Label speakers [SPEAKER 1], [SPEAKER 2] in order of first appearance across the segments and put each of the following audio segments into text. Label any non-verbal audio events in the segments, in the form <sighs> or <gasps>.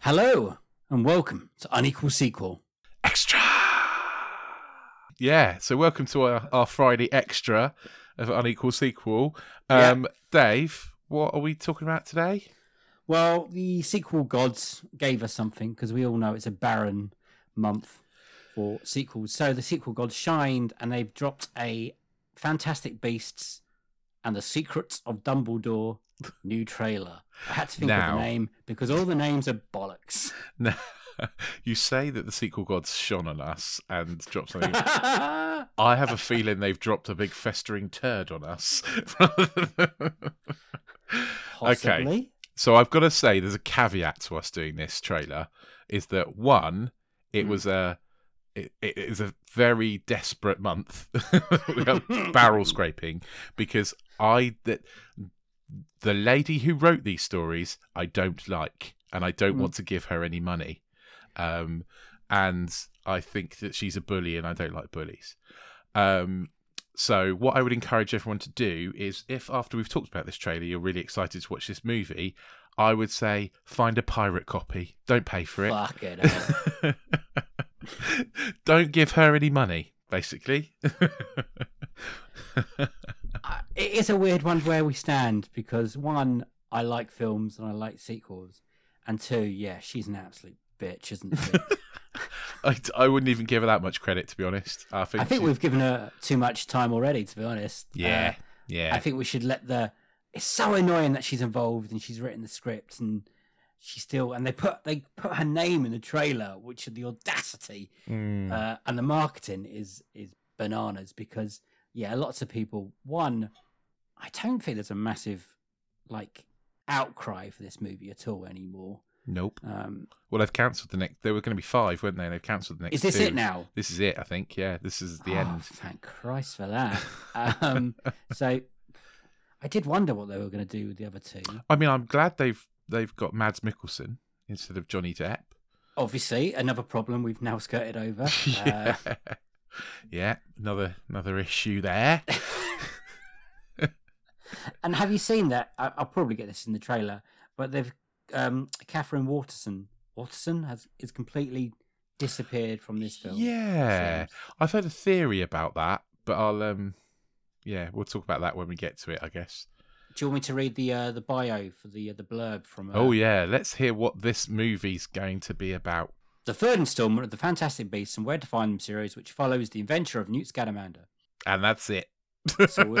[SPEAKER 1] Hello and welcome to Unequal Sequel.
[SPEAKER 2] Extra. Yeah. So welcome to our, our Friday extra of Unequal Sequel. Um, Dave, what are we talking about today? <laughs>
[SPEAKER 1] Well, the sequel gods gave us something because we all know it's a barren month for sequels. So the sequel gods shined and they've dropped a Fantastic Beasts and the Secrets of Dumbledore new trailer. I had to think
[SPEAKER 2] Now.
[SPEAKER 1] of the name because all the names are bollocks.
[SPEAKER 2] No. You say that the sequel gods shone on us and
[SPEAKER 1] <laughs>
[SPEAKER 2] dropped something. I have a feeling they've dropped a big festering turd on us. <laughs>
[SPEAKER 1] Possibly.
[SPEAKER 2] So I've got to say, there's a caveat to us doing this trailer, is that one, it was a, it, it is a very desperate month, <laughs> We are barrel scraping, because I that the lady who wrote these stories I don't like, and I don't want to give her any money, um, and I think that she's a bully, and I don't like bullies. Um, so, what I would encourage everyone to do is if after we've talked about this trailer, you're really excited to watch this movie, I would say find a pirate copy. Don't pay for it.
[SPEAKER 1] Fuck it. hell.
[SPEAKER 2] <laughs> Don't give her any money, basically. <laughs>
[SPEAKER 1] I- it is a weird one where we stand because one, I like films and I like sequels, and two, yeah, she's an absolute bitch, isn't she?
[SPEAKER 2] I, I wouldn't even give her that much credit, to be honest. I think,
[SPEAKER 1] I think
[SPEAKER 2] she-
[SPEAKER 1] we've given her too much time already, to be honest.
[SPEAKER 2] Yeah.
[SPEAKER 1] Uh,
[SPEAKER 2] yeah.
[SPEAKER 1] I think we should let the. It's so annoying that she's involved and she's written the script and she still and they put they put her name in the trailer, which the audacity
[SPEAKER 2] Mm.
[SPEAKER 1] uh, and the marketing is is bananas because yeah, lots of people. One, I don't think there's a massive like outcry for this movie at all anymore.
[SPEAKER 2] nope.
[SPEAKER 1] Um,
[SPEAKER 2] Well, they've cancelled the next. There were going to be five, weren't they? They've cancelled the next.
[SPEAKER 1] is this
[SPEAKER 2] two.
[SPEAKER 1] it now?
[SPEAKER 2] This is it, I think. Yeah, this is the
[SPEAKER 1] Oh,
[SPEAKER 2] end.
[SPEAKER 1] Thank Christ for
[SPEAKER 2] <laughs>
[SPEAKER 1] that. um, so I did wonder what they were going to do with the other two.
[SPEAKER 2] I mean, I'm glad they've they've got Mads Mikkelsen instead of Johnny Depp.
[SPEAKER 1] Obviously, another problem we've now skirted over. Uh,
[SPEAKER 2] <laughs> yeah. yeah, another another issue there.
[SPEAKER 1] and have you seen that? I, I'll probably get this in the trailer, but they've um, Catherine Waterson. Waterson has is completely disappeared from this <laughs> film. it
[SPEAKER 2] yeah,
[SPEAKER 1] seems.
[SPEAKER 2] I've heard a theory about that, but I'll um, yeah, we'll talk about that when we get to it, I guess.
[SPEAKER 1] Do you want me to read the uh, the bio for the uh, the blurb from? Uh,
[SPEAKER 2] oh yeah, let's hear what this movie's going to be about.
[SPEAKER 1] The third installment of the Fantastic Beasts and Where to Find Them series, which follows the adventure of Newt Scamander.
[SPEAKER 2] And that's it.
[SPEAKER 1] So we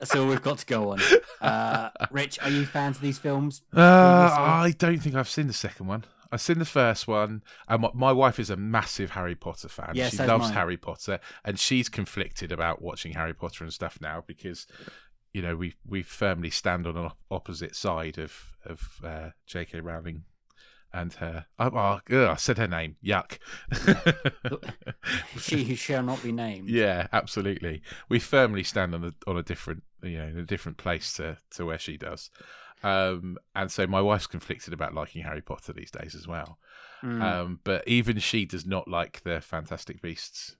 [SPEAKER 1] that's all we've got to go on. Uh, Rich, are you fans of these films?
[SPEAKER 2] Uh, I don't think I've seen the second one. I've seen the first one, and my, my wife is a massive Harry Potter fan.
[SPEAKER 1] Yeah,
[SPEAKER 2] she
[SPEAKER 1] so's
[SPEAKER 2] loves
[SPEAKER 1] mine.
[SPEAKER 2] Harry Potter, and she's conflicted about watching Harry Potter and stuff now because, you know, we we firmly stand on an op- opposite side of of uh, J.K. Rowling and her. Oh, oh, ugh, I said her name. Yuck.
[SPEAKER 1] she who shall not be named.
[SPEAKER 2] yeah, absolutely. We firmly stand on a on a different, you know, in a different place to to where she does. Um, and so my wife's conflicted about liking Harry Potter these days as well.
[SPEAKER 1] Mm.
[SPEAKER 2] Um, but even she does not like the Fantastic Beasts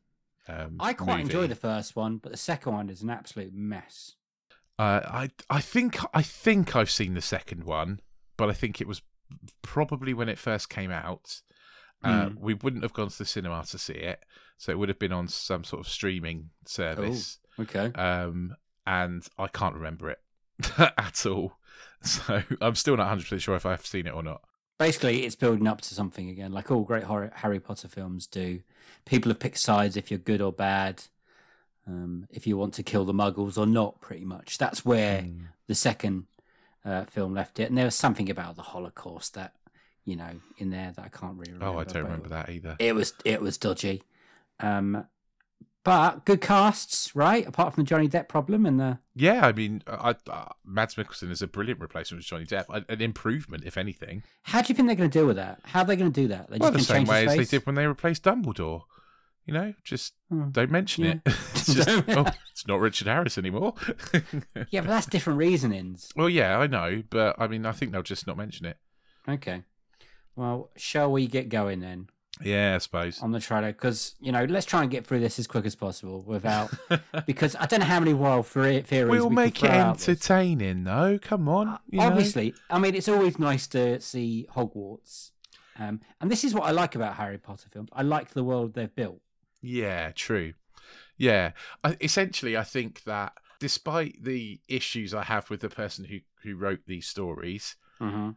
[SPEAKER 2] Um,
[SPEAKER 1] I quite enjoy
[SPEAKER 2] movie.
[SPEAKER 1] the first one, but the second one is an absolute mess.
[SPEAKER 2] Uh, I I think I think I've seen the second one, but I think it was probably when it first came out. Uh,
[SPEAKER 1] Mm.
[SPEAKER 2] We wouldn't have gone to the cinema to see it, so it would have been on some sort of
[SPEAKER 1] Oh.
[SPEAKER 2] streaming service.
[SPEAKER 1] Okay.
[SPEAKER 2] Um, and I can't remember it <laughs> at all, so I'm still not 100 percent sure if I've seen it or not.
[SPEAKER 1] Basically, it's building up to something again, like all great horror, Harry Potter films do. People have picked sides if you're good or bad, um, if you want to kill the muggles or not, pretty much. That's
[SPEAKER 2] Eh,
[SPEAKER 1] where
[SPEAKER 2] Hmm.
[SPEAKER 1] the second uh, film left it. And there was something about the Holocaust that, you know, in there that I can't really remember.
[SPEAKER 2] Oh, I
[SPEAKER 1] but
[SPEAKER 2] don't remember that either.
[SPEAKER 1] It was, it was dodgy. Um, but good casts, right? Apart from the Johnny Depp problem and the.
[SPEAKER 2] Yeah, I mean, I, I, Mads Mikkelsen is a brilliant replacement for Johnny Depp, an- an improvement, if anything.
[SPEAKER 1] How do you think they're going to deal with that? How are they going to do that? They're
[SPEAKER 2] Well, the
[SPEAKER 1] just
[SPEAKER 2] same
[SPEAKER 1] gonna
[SPEAKER 2] way
[SPEAKER 1] change
[SPEAKER 2] as
[SPEAKER 1] his
[SPEAKER 2] they
[SPEAKER 1] face?
[SPEAKER 2] did when they replaced Dumbledore. You know, just
[SPEAKER 1] Hmm.
[SPEAKER 2] don't mention
[SPEAKER 1] Yeah.
[SPEAKER 2] it. <laughs> it's just,
[SPEAKER 1] <laughs> Don't-
[SPEAKER 2] oh, it's not Richard Harris anymore. <laughs>
[SPEAKER 1] Yeah, but that's different reasonings.
[SPEAKER 2] well, yeah, I know, but I mean, I think they'll just not mention it.
[SPEAKER 1] Okay. Well, shall we get going then
[SPEAKER 2] Yeah, I suppose.
[SPEAKER 1] on the trailer? Because you know, let's try and get through this as quick as possible
[SPEAKER 2] <laughs>
[SPEAKER 1] without. because I don't know how many wild thre- theories
[SPEAKER 2] we'll
[SPEAKER 1] we
[SPEAKER 2] make
[SPEAKER 1] can
[SPEAKER 2] it
[SPEAKER 1] throw out this.
[SPEAKER 2] entertaining, though. Come on. you know.
[SPEAKER 1] Uh, Obviously, I mean, it's always nice to see Hogwarts, um, and this is what I like about Harry Potter films. I like the world they've built.
[SPEAKER 2] Yeah, true. Yeah. I, essentially, I think that despite the issues I have with the person who, who wrote these stories,
[SPEAKER 1] Mm-hmm.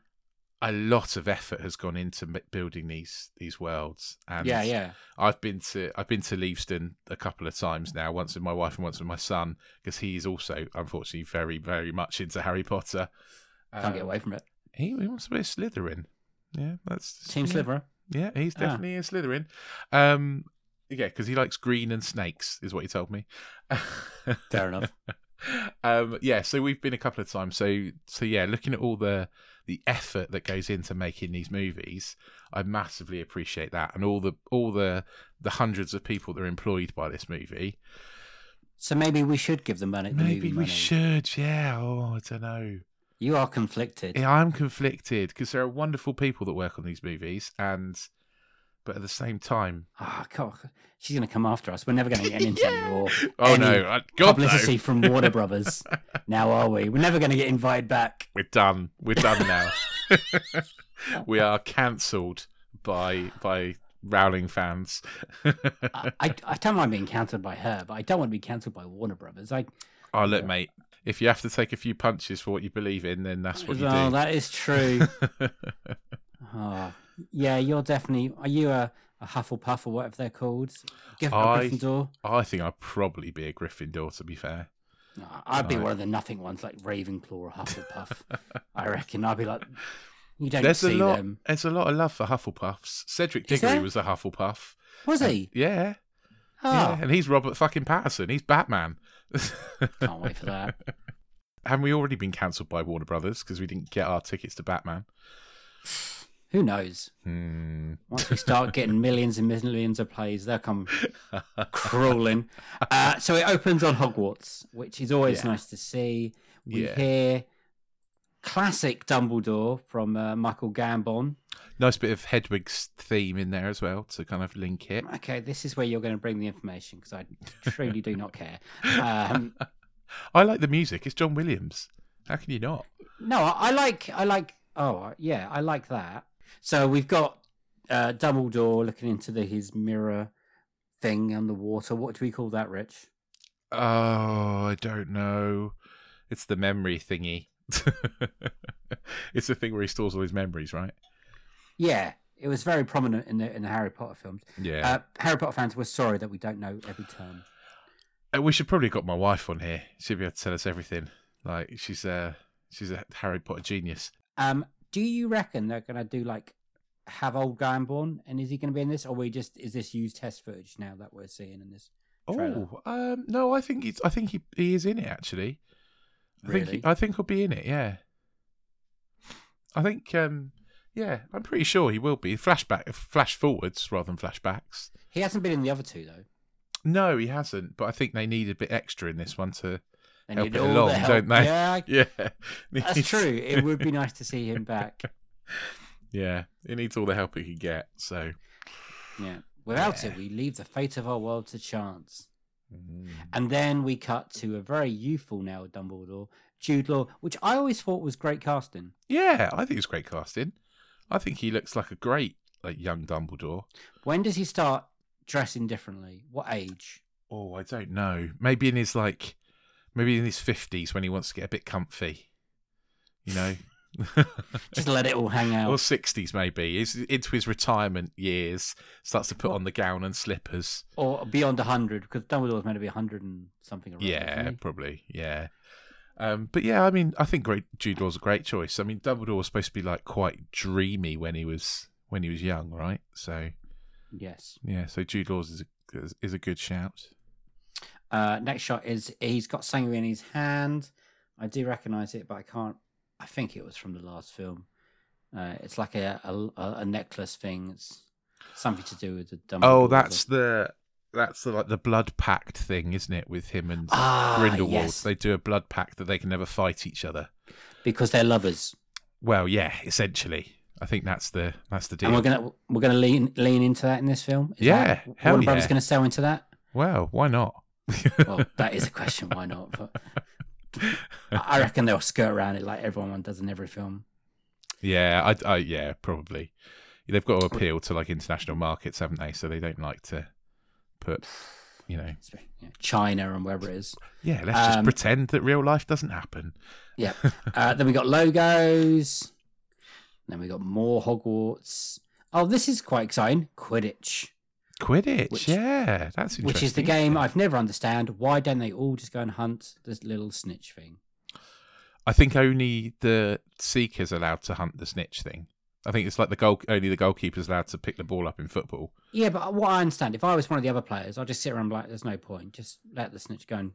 [SPEAKER 2] a lot of effort has gone into m- building these these worlds. And
[SPEAKER 1] Yeah, yeah.
[SPEAKER 2] I've been to I've been to Leavesden a couple of times now, once with my wife and once with my son, because he is also unfortunately very very much into Harry Potter.
[SPEAKER 1] Can't get
[SPEAKER 2] Um,
[SPEAKER 1] away from it.
[SPEAKER 2] He, he wants to be a Slytherin. Yeah, that's
[SPEAKER 1] Team
[SPEAKER 2] yeah,
[SPEAKER 1] Sliverer.
[SPEAKER 2] Yeah, he's
[SPEAKER 1] Ah.
[SPEAKER 2] definitely a Slytherin. Um, yeah, because he likes green and snakes, is what he told me. <laughs>
[SPEAKER 1] Fair enough.
[SPEAKER 2] um, yeah, so we've been a couple of times. So so yeah, looking at all the the effort that goes into making these movies, I massively appreciate that, and all the all the the hundreds of people that are employed by this movie.
[SPEAKER 1] So maybe we should give the money. the movie
[SPEAKER 2] Maybe we
[SPEAKER 1] money.
[SPEAKER 2] should, yeah. Oh, I don't know.
[SPEAKER 1] You are conflicted.
[SPEAKER 2] Yeah, I'm conflicted because there are wonderful people that work on these movies, and but at the same time,
[SPEAKER 1] Oh, God. She's going to come after us. We're never going to
[SPEAKER 2] <laughs>
[SPEAKER 1] get an interview or
[SPEAKER 2] oh
[SPEAKER 1] any
[SPEAKER 2] no, I- God
[SPEAKER 1] publicity
[SPEAKER 2] no,
[SPEAKER 1] from
[SPEAKER 2] <laughs>
[SPEAKER 1] Warner Brothers. now, are we? We're never going to get invited back.
[SPEAKER 2] we're done. We're done now. <laughs> we are cancelled by by Rowling fans. <laughs> Oh,
[SPEAKER 1] I, I, I don't mind being cancelled by her, but I don't want to be cancelled by Warner Brothers. I,
[SPEAKER 2] Oh look, mate, if you have to take a few punches for what you believe in, then that's what you
[SPEAKER 1] oh,
[SPEAKER 2] do.
[SPEAKER 1] that is
[SPEAKER 2] <laughs>
[SPEAKER 1] true. oh, yeah, you're definitely. Are you a, a Hufflepuff or whatever they're called? Gryff- a
[SPEAKER 2] I-
[SPEAKER 1] Gryffindor?
[SPEAKER 2] I think I'd probably be a Gryffindor, to be fair.
[SPEAKER 1] No, I'd be
[SPEAKER 2] Right.
[SPEAKER 1] one of the nothing ones like Ravenclaw or Hufflepuff. I reckon. I'd be like, you don't
[SPEAKER 2] There's a
[SPEAKER 1] see
[SPEAKER 2] lot.
[SPEAKER 1] them.
[SPEAKER 2] There's a lot of love for Hufflepuffs. Cedric
[SPEAKER 1] Is
[SPEAKER 2] Diggory
[SPEAKER 1] there?
[SPEAKER 2] was a Hufflepuff.
[SPEAKER 1] Was
[SPEAKER 2] <laughs>
[SPEAKER 1] he?
[SPEAKER 2] Yeah,
[SPEAKER 1] Oh,
[SPEAKER 2] yeah, and he's Robert fucking Patterson. He's Batman. <laughs>
[SPEAKER 1] can't wait for that.
[SPEAKER 2] Haven't we already been cancelled by Warner Brothers because we didn't get our tickets to Batman?
[SPEAKER 1] Who knows?
[SPEAKER 2] Hmm.
[SPEAKER 1] Once we start
[SPEAKER 2] <laughs>
[SPEAKER 1] getting millions and millions of plays, they'll come crawling. Uh, so it opens on Hogwarts, which is always
[SPEAKER 2] Yeah.
[SPEAKER 1] nice to see. We
[SPEAKER 2] Yeah.
[SPEAKER 1] hear classic Dumbledore from uh, Michael Gambon.
[SPEAKER 2] Nice bit of Hedwig's theme in there as well to kind of link it.
[SPEAKER 1] Okay, this is where you're going to bring the information because I truly do not
[SPEAKER 2] <laughs>
[SPEAKER 1] care. Um,
[SPEAKER 2] I like the music. It's John Williams. How can you not?
[SPEAKER 1] no, I, I like, I like. Oh, yeah, I like that. So we've got uh, Dumbledore looking into the, his mirror thing on the water. What do we call that, Rich?
[SPEAKER 2] Oh, I don't know. It's the memory thingy. <laughs> it's the thing where he stores all his memories, right?
[SPEAKER 1] Yeah, it was very prominent in the in the Harry Potter films.
[SPEAKER 2] Yeah.
[SPEAKER 1] Uh, Harry Potter fans, we're sorry that we don't know every term.
[SPEAKER 2] Uh, we should probably have got my wife on here. She'd be able to tell us everything. Like she's a she's a Harry Potter genius.
[SPEAKER 1] Um, do you reckon they're going to do like have old Gambon and is he going to be in this, or we just is this used test footage now that we're seeing in this? Trailer.
[SPEAKER 2] Oh, um, no, I think he's I think he, he is in it actually. I think
[SPEAKER 1] Really?
[SPEAKER 2] he, I think he'll be in it. Yeah. I think um, yeah, I'm pretty sure he will be. Flashback, flash forwards rather than flashbacks.
[SPEAKER 1] He hasn't been in the other two though.
[SPEAKER 2] No, he hasn't. But I think they need a bit extra in this one to <laughs>
[SPEAKER 1] They
[SPEAKER 2] help
[SPEAKER 1] need
[SPEAKER 2] it
[SPEAKER 1] all the
[SPEAKER 2] along,
[SPEAKER 1] help.
[SPEAKER 2] don't they?
[SPEAKER 1] Yeah, I-
[SPEAKER 2] Yeah, <laughs>
[SPEAKER 1] that's true. It would be nice to see him back.
[SPEAKER 2] yeah, it needs all the help it can get. So
[SPEAKER 1] Yeah. Without it, we leave the fate of our world to chance.
[SPEAKER 2] Mm.
[SPEAKER 1] And then we cut to a very youthful now Dumbledore, Jude Law, which I always thought was great casting.
[SPEAKER 2] Yeah, I think it's great casting. I think he looks like a great like young Dumbledore.
[SPEAKER 1] When does he start dressing differently? What age?
[SPEAKER 2] Oh, I don't know. Maybe in his like, maybe in his fifties when he wants to get a bit comfy, you know,
[SPEAKER 1] <laughs> Just let it all
[SPEAKER 2] <laughs>
[SPEAKER 1] hang out.
[SPEAKER 2] or sixties maybe. He's into his retirement years, starts to put on the gown and slippers.
[SPEAKER 1] or beyond 100 because Dumbledore's meant to be 100 and something around
[SPEAKER 2] Yeah,
[SPEAKER 1] isn't he?
[SPEAKER 2] probably. Yeah. Um, but yeah, I mean, I think great Jude Law's a great choice. I mean, Dumbledore was supposed to be like quite dreamy when he was when he was young, right? So
[SPEAKER 1] yes
[SPEAKER 2] yeah, so Jude Law's is a, is a good shout.
[SPEAKER 1] uh next shot is he's got something in his hand i do recognize it but i can't i think it was from the last film uh it's like a a, a necklace thing it's something to do with the Dumbledore
[SPEAKER 2] Oh, that's the that's the, like the blood pact thing, isn't it? With him and
[SPEAKER 1] Ah,
[SPEAKER 2] Grindelwald,
[SPEAKER 1] yes.
[SPEAKER 2] they do a blood pact that they can never fight each other.
[SPEAKER 1] because they're lovers
[SPEAKER 2] Well, yeah, essentially, I think that's the that's the deal.
[SPEAKER 1] and we're gonna we're gonna lean lean into that in this film Is
[SPEAKER 2] Yeah,
[SPEAKER 1] that,
[SPEAKER 2] hell
[SPEAKER 1] Warner brothers
[SPEAKER 2] yeah.
[SPEAKER 1] gonna sell into that
[SPEAKER 2] Well, why not?
[SPEAKER 1] well that is a question why not but i I reckon they'll skirt around it like everyone does in every film
[SPEAKER 2] Yeah, I, I yeah, probably. They've got to appeal to like international markets, haven't they? So they don't like to put, you know,
[SPEAKER 1] China and wherever it is.
[SPEAKER 2] yeah. Let's just
[SPEAKER 1] Um,
[SPEAKER 2] pretend that real life doesn't happen.
[SPEAKER 1] Yeah. Uh, then we got logos. Then we got more Hogwarts. Oh, this is quite exciting. Quidditch,
[SPEAKER 2] Quidditch,
[SPEAKER 1] Which-
[SPEAKER 2] yeah, that's interesting.
[SPEAKER 1] which is the game I've never understand. Why don't they all just go and hunt this little snitch thing?
[SPEAKER 2] I think only the seekers allowed to hunt the snitch thing. I think it's like the goal only the goalkeeper's allowed to pick the ball up in football.
[SPEAKER 1] Yeah, but what I understand, if I was one of the other players, I'd just sit around and be like, there's no point. Just let the snitch go. And...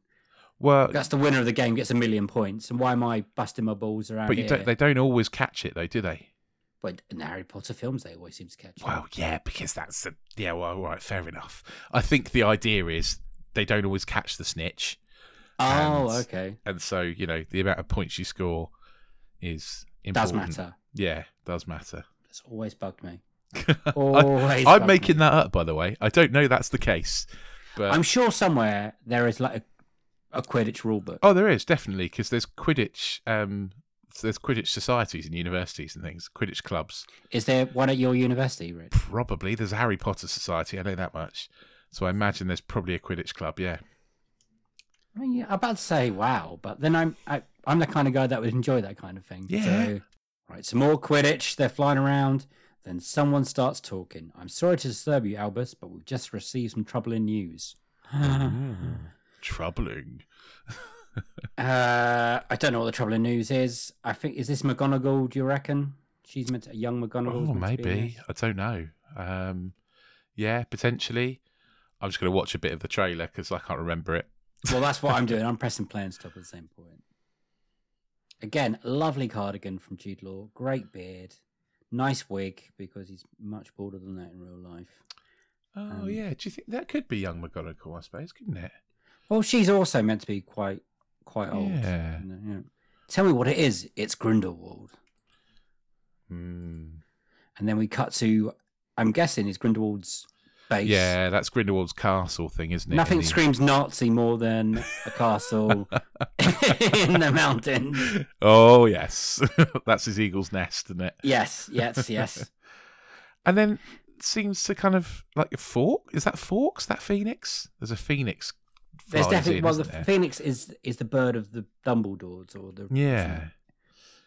[SPEAKER 2] Well,
[SPEAKER 1] That's the winner of the game, gets a million points. And why am I busting my balls around
[SPEAKER 2] but you
[SPEAKER 1] here?
[SPEAKER 2] don't, they don't always catch it though, do they?
[SPEAKER 1] But in the Harry Potter films, they always seem to catch it.
[SPEAKER 2] Well, yeah, because that's the yeah. Well, all right, fair enough. I think the idea is they don't always catch the snitch,
[SPEAKER 1] Oh,
[SPEAKER 2] and-
[SPEAKER 1] okay.
[SPEAKER 2] and so you know the amount of points you score is
[SPEAKER 1] Does
[SPEAKER 2] important.
[SPEAKER 1] matter.
[SPEAKER 2] Yeah, does matter.
[SPEAKER 1] That's always bugged me.
[SPEAKER 2] <laughs> I,
[SPEAKER 1] Always
[SPEAKER 2] am
[SPEAKER 1] bugged
[SPEAKER 2] making
[SPEAKER 1] me.
[SPEAKER 2] that up, by the way. I don't know that's the case, but
[SPEAKER 1] I'm sure somewhere there is like a, a Quidditch rule book.
[SPEAKER 2] Oh, there is definitely because there's Quidditch. Um, there's Quidditch societies and universities and things. Quidditch clubs.
[SPEAKER 1] Is there one at your university, Rich?
[SPEAKER 2] Probably there's a Harry Potter society. I know that much. So I imagine there's probably a Quidditch club. Yeah.
[SPEAKER 1] I mean, yeah, I'm about to say wow, but then I'm I, I'm the kind of guy that would enjoy that kind of thing.
[SPEAKER 2] Yeah.
[SPEAKER 1] So, right, some more Quidditch. They're flying around. Then someone starts talking. I'm sorry to disturb you, Albus, but we've just received some troubling news.
[SPEAKER 2] Hmm. Troubling.
[SPEAKER 1] Uh, I don't know what the troubling news is. I think is this McGonagall? Do you reckon she's meant to, a young McGonagall?
[SPEAKER 2] Oh, maybe. I don't know. Um, yeah, potentially. I'm just going to watch a bit of the trailer because I can't remember it.
[SPEAKER 1] Well, that's what I'm doing. I'm pressing play and stop at the same point. Again, lovely cardigan from Jude Law. Great beard. Nice wig because he's much bolder than that in real life.
[SPEAKER 2] Oh
[SPEAKER 1] Um,
[SPEAKER 2] yeah. Do you think that could be young McGonagall? I suppose, couldn't it?
[SPEAKER 1] Well, she's also meant to be quite quite old.
[SPEAKER 2] Yeah.
[SPEAKER 1] you know, yeah. Tell me what it is. It's Grindelwald.
[SPEAKER 2] Hmm.
[SPEAKER 1] And then we cut to, I'm guessing, it's Grindelwald's base.
[SPEAKER 2] Yeah, that's Grindelwald's castle thing, isn't it?
[SPEAKER 1] Nothing
[SPEAKER 2] And he-
[SPEAKER 1] screams Nazi more than a
[SPEAKER 2] <laughs>
[SPEAKER 1] castle in the mountains.
[SPEAKER 2] Oh yes, <laughs> that's his eagle's nest, isn't it?
[SPEAKER 1] Yes, yes,
[SPEAKER 2] <laughs>
[SPEAKER 1] yes.
[SPEAKER 2] And then seems to kind of like a fork. Is that forks? That phoenix? There's a phoenix.
[SPEAKER 1] There's
[SPEAKER 2] flies
[SPEAKER 1] definitely
[SPEAKER 2] in,
[SPEAKER 1] well, the
[SPEAKER 2] isn't there?
[SPEAKER 1] phoenix is is the bird of the Dumbledores or the
[SPEAKER 2] yeah.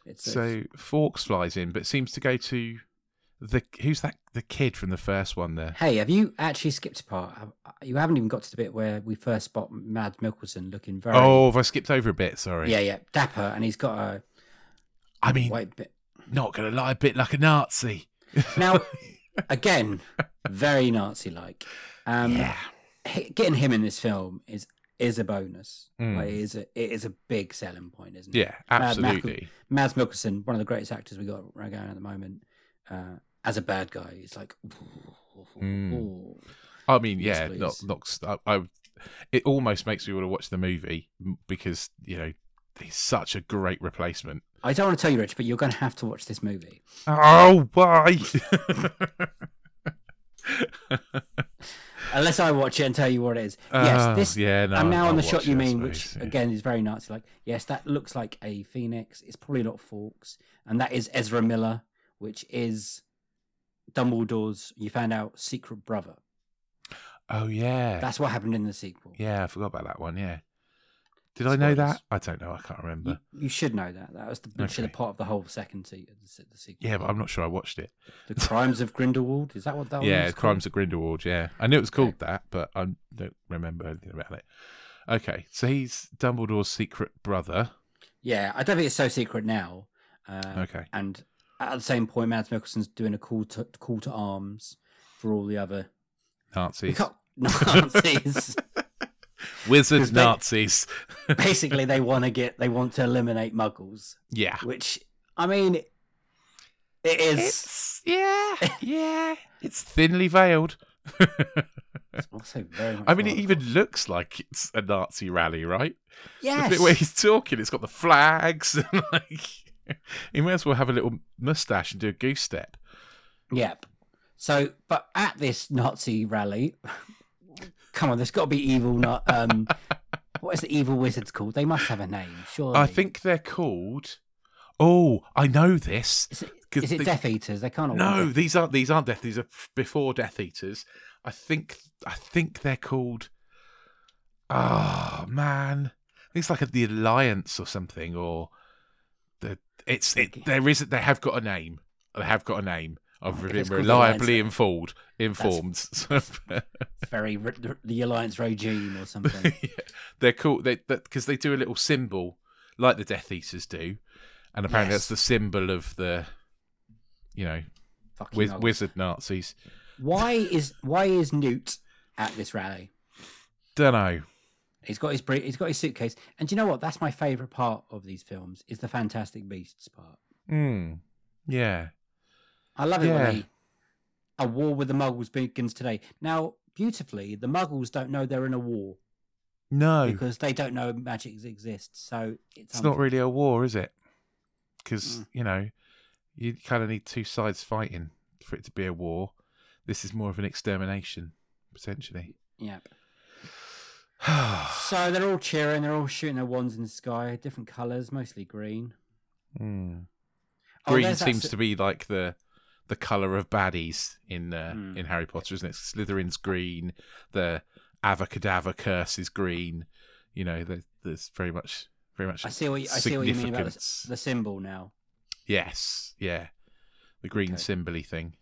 [SPEAKER 1] It's a-
[SPEAKER 2] So forks flies in, but seems to go to the who's that? The kid from the first one there.
[SPEAKER 1] hey, have you actually skipped a part? Uh, You haven't even got to the bit where we first spot Mad Mickelson looking very
[SPEAKER 2] Oh, have I skipped over a bit? Sorry.
[SPEAKER 1] yeah yeah dapper, and he's got a
[SPEAKER 2] I mean,
[SPEAKER 1] white bit.
[SPEAKER 2] not gonna lie, a bit like a Nazi. <laughs>
[SPEAKER 1] Now, again, very Nazi like. Um,
[SPEAKER 2] yeah.
[SPEAKER 1] h- Getting him in this film is is a bonus.
[SPEAKER 2] Mm.
[SPEAKER 1] Like, it is a it is a big selling point, isn't it?
[SPEAKER 2] Yeah.
[SPEAKER 1] Mad Mackle- <laughs>
[SPEAKER 2] Absolutely.
[SPEAKER 1] Mads Mikkelsen, one of the greatest actors we got going at the moment, uh, as a bad guy, it's like,
[SPEAKER 2] Mm. I mean,
[SPEAKER 1] Yes,
[SPEAKER 2] yeah, not
[SPEAKER 1] please.
[SPEAKER 2] not. I, I, it almost makes me want to watch the movie m- because you know he's such a great replacement.
[SPEAKER 1] I don't want to tell you, Rich,
[SPEAKER 2] <laughs>
[SPEAKER 1] but you're going to have to watch this movie.
[SPEAKER 2] Oh, why?
[SPEAKER 1] Unless I watch it and tell you what it is.
[SPEAKER 2] Oh,
[SPEAKER 1] yes, this.
[SPEAKER 2] yeah, no,
[SPEAKER 1] I'm now
[SPEAKER 2] I'll
[SPEAKER 1] on the
[SPEAKER 2] watch
[SPEAKER 1] shot you
[SPEAKER 2] it, I
[SPEAKER 1] mean, which
[SPEAKER 2] suppose, yeah.
[SPEAKER 1] again is very Nazi. Like, yes, that looks like a phoenix. It's probably not Fawkes, and that is Ezra Miller, which is Dumbledore's. You found out secret brother.
[SPEAKER 2] Oh yeah,
[SPEAKER 1] That's what happened in the sequel.
[SPEAKER 2] yeah. I forgot about that one. Yeah. Did I know
[SPEAKER 1] Spoilers.
[SPEAKER 2] that? I don't know. I can't remember.
[SPEAKER 1] You, you should know that. That was the, literally
[SPEAKER 2] Okay.
[SPEAKER 1] the part of the whole second se- the se- the sequel.
[SPEAKER 2] Yeah, but I'm not sure I watched it.
[SPEAKER 1] The Crimes of Grindelwald. Is that what that
[SPEAKER 2] <laughs> yeah,
[SPEAKER 1] was?
[SPEAKER 2] Crimes of Grindelwald. Yeah, I knew it was called that, but I don't remember anything about it. Okay, so he's Dumbledore's secret brother.
[SPEAKER 1] Yeah, I don't think it's so secret now. Uh,
[SPEAKER 2] Okay.
[SPEAKER 1] And at the same point, Mads Mikkelsen's doing a call to call to arms for all the other we <laughs>
[SPEAKER 2] Nazis,
[SPEAKER 1] can't- Nazis.
[SPEAKER 2] wizards,
[SPEAKER 1] 'Cause <laughs> they-
[SPEAKER 2] Nazis.
[SPEAKER 1] Basically, they want to get they want to eliminate Muggles,
[SPEAKER 2] Yeah,
[SPEAKER 1] which I mean, it is
[SPEAKER 2] it's yeah,
[SPEAKER 1] <laughs>
[SPEAKER 2] yeah. It's thinly veiled.
[SPEAKER 1] it's also very. Much
[SPEAKER 2] I mean, it
[SPEAKER 1] like-
[SPEAKER 2] even looks like it's a Nazi rally, right?
[SPEAKER 1] yes,
[SPEAKER 2] The bit where he's talking, it's got the flags <laughs> and like. He may as well have a little mustache and do a goose step.
[SPEAKER 1] Yep. So, but at this Nazi rally, come on, there's got to be evil. Not um, what is the evil wizards called? They must have a name, surely.
[SPEAKER 2] I think they're called. Oh, I know this.
[SPEAKER 1] Is it,
[SPEAKER 2] 'Cause
[SPEAKER 1] is it
[SPEAKER 2] they-
[SPEAKER 1] Death Eaters? They can't. all be
[SPEAKER 2] No,
[SPEAKER 1] Death-
[SPEAKER 2] these aren't these aren't death. These are f- before Death Eaters. I think I think they're called. Oh man, I think it's like the Alliance or something, or the it's it. There is they have got a name. They have got a name. I've
[SPEAKER 1] Okay,
[SPEAKER 2] been
[SPEAKER 1] it's called the Alliance
[SPEAKER 2] reliably informed. Informed. <laughs> So,
[SPEAKER 1] very re- the- the Alliance regime or
[SPEAKER 2] <laughs>
[SPEAKER 1] something.
[SPEAKER 2] they're cool. They because they do a little symbol like the Death Eaters do, and apparently
[SPEAKER 1] Yes.
[SPEAKER 2] that's the symbol of the, you know,
[SPEAKER 1] Fucking
[SPEAKER 2] wiz-
[SPEAKER 1] Muggles.
[SPEAKER 2] wizard Nazis.
[SPEAKER 1] Why is why is Newt at this rally?
[SPEAKER 2] Don't know.
[SPEAKER 1] He's got his bri- he's got his suitcase, and do you know what? That's my favorite part of these films is the Fantastic Beasts part.
[SPEAKER 2] Mm. Yeah.
[SPEAKER 1] I love it
[SPEAKER 2] Yeah.
[SPEAKER 1] when he, a war with the Muggles begins today. Now, beautifully, the Muggles don't know they're in a war
[SPEAKER 2] No,
[SPEAKER 1] because they don't know magic exists. So it's,
[SPEAKER 2] it's not
[SPEAKER 1] unfair.
[SPEAKER 2] really a war, is it? Because
[SPEAKER 1] Mm.
[SPEAKER 2] you know, you kind of need two sides fighting for it to be a war. This is more of an extermination, potentially. <sighs> Hmm.
[SPEAKER 1] Yeah. So they're all cheering. They're all shooting their wands in the sky, different colours, mostly green.
[SPEAKER 2] Mm.
[SPEAKER 1] Oh,
[SPEAKER 2] Green
[SPEAKER 1] there's that
[SPEAKER 2] seems
[SPEAKER 1] s-
[SPEAKER 2] to be like the the color of baddies in uh,
[SPEAKER 1] Mm.
[SPEAKER 2] in Harry Potter, isn't it? Slytherin's green. The Avacadabra curse is green. You know, there, there's very much, very much.
[SPEAKER 1] I see what you, I see what you mean about the, s-
[SPEAKER 2] significance.
[SPEAKER 1] the symbol now.
[SPEAKER 2] Yes, yeah, the green
[SPEAKER 1] Okay.
[SPEAKER 2] symbol thing.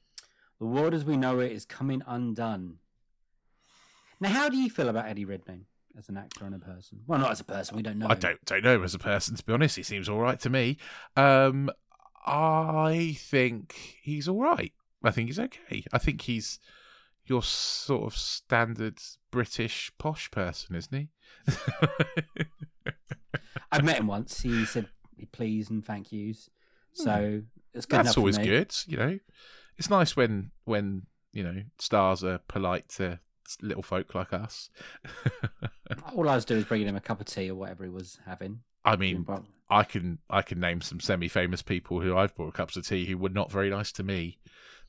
[SPEAKER 1] The world as we know it is coming undone. Now, how do you feel about Eddie Redmayne as an actor and a person? Well, not as a person. We don't know.
[SPEAKER 2] I
[SPEAKER 1] him.
[SPEAKER 2] don't don't know him as a person, to be honest. He seems all right to me. Um, I think he's all right. I think he's okay. I think he's your sort of standard British posh person, isn't he? <laughs>
[SPEAKER 1] I've met him once. He said please and thank yous. So it's good enough
[SPEAKER 2] Hmm. That's
[SPEAKER 1] for
[SPEAKER 2] always
[SPEAKER 1] me.
[SPEAKER 2] good, you know. It's nice when when you know stars are polite to little folk like us. <laughs>
[SPEAKER 1] All I was doing was bringing him a cup of tea or whatever he was having.
[SPEAKER 2] I mean, I can I can name some semi-famous people who I've brought cups of tea who were not very nice to me.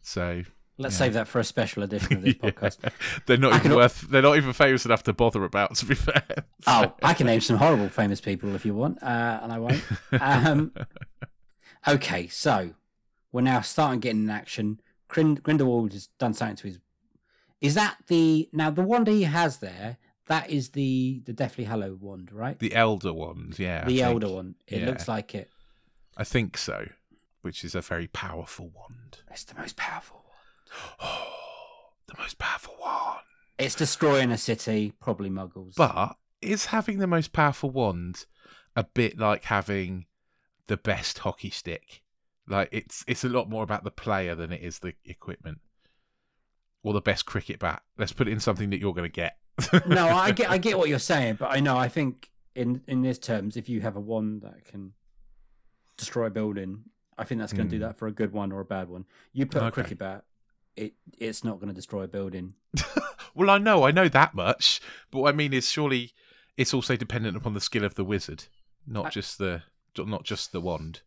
[SPEAKER 2] So <laughs>
[SPEAKER 1] Let's save that for a special edition of this
[SPEAKER 2] Yeah.
[SPEAKER 1] podcast.
[SPEAKER 2] They're not
[SPEAKER 1] I
[SPEAKER 2] even
[SPEAKER 1] can al-
[SPEAKER 2] worth. They're not even famous enough to bother about. To be <laughs> fair.
[SPEAKER 1] Oh, I can name some horrible famous people if you want, uh, and I won't.
[SPEAKER 2] <laughs>
[SPEAKER 1] Um, okay, so we're now starting getting in action. Grind- Grindelwald has done something to his. Is that the now the wand he has there? That is the the Deathly Hallow wand, right?
[SPEAKER 2] the elder ones, yeah. I
[SPEAKER 1] The
[SPEAKER 2] think.
[SPEAKER 1] elder one. It
[SPEAKER 2] Yeah.
[SPEAKER 1] looks like it.
[SPEAKER 2] I think so, which is a very powerful wand.
[SPEAKER 1] It's the most powerful one.
[SPEAKER 2] Oh, the most powerful wand.
[SPEAKER 1] It's destroying a city, probably muggles.
[SPEAKER 2] But is having the most powerful wand a bit like having the best hockey stick? Like it's it's a lot more about the player than it is the equipment, or the best cricket bat. Let's put it in something that you're going to get.
[SPEAKER 1] no, I get I get what you're saying, but I know I think in in this terms, if you have a wand that can destroy a building, I think that's going to do
[SPEAKER 2] Hmm.
[SPEAKER 1] that for a good one or a bad one. You put a
[SPEAKER 2] Okay.
[SPEAKER 1] cricket bat, it it's not going to destroy a building.
[SPEAKER 2] Well, I know, I know that much. But what I mean is, surely it's also dependent upon the skill of the wizard, not
[SPEAKER 1] I-
[SPEAKER 2] just the not just the wand.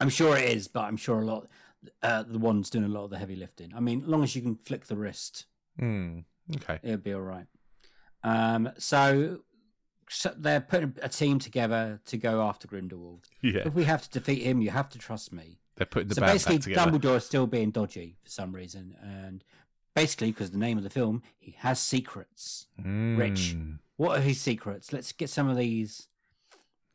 [SPEAKER 1] I'm sure it is, but I'm sure a lot uh, the ones doing a lot of the heavy lifting. I mean, as long as you can flick the wrist,
[SPEAKER 2] Hmm. Okay.
[SPEAKER 1] it'll be all right. Um, so, so they're putting a team together to go after Grindelwald.
[SPEAKER 2] Yeah.
[SPEAKER 1] If we have to defeat him, you have to trust me.
[SPEAKER 2] They're putting the
[SPEAKER 1] so
[SPEAKER 2] band back
[SPEAKER 1] basically,
[SPEAKER 2] together.
[SPEAKER 1] Dumbledore is still being dodgy for some reason, and basically because the name of the film, he has secrets. Rich.
[SPEAKER 2] Hmm.
[SPEAKER 1] What are his secrets? Let's get some of these.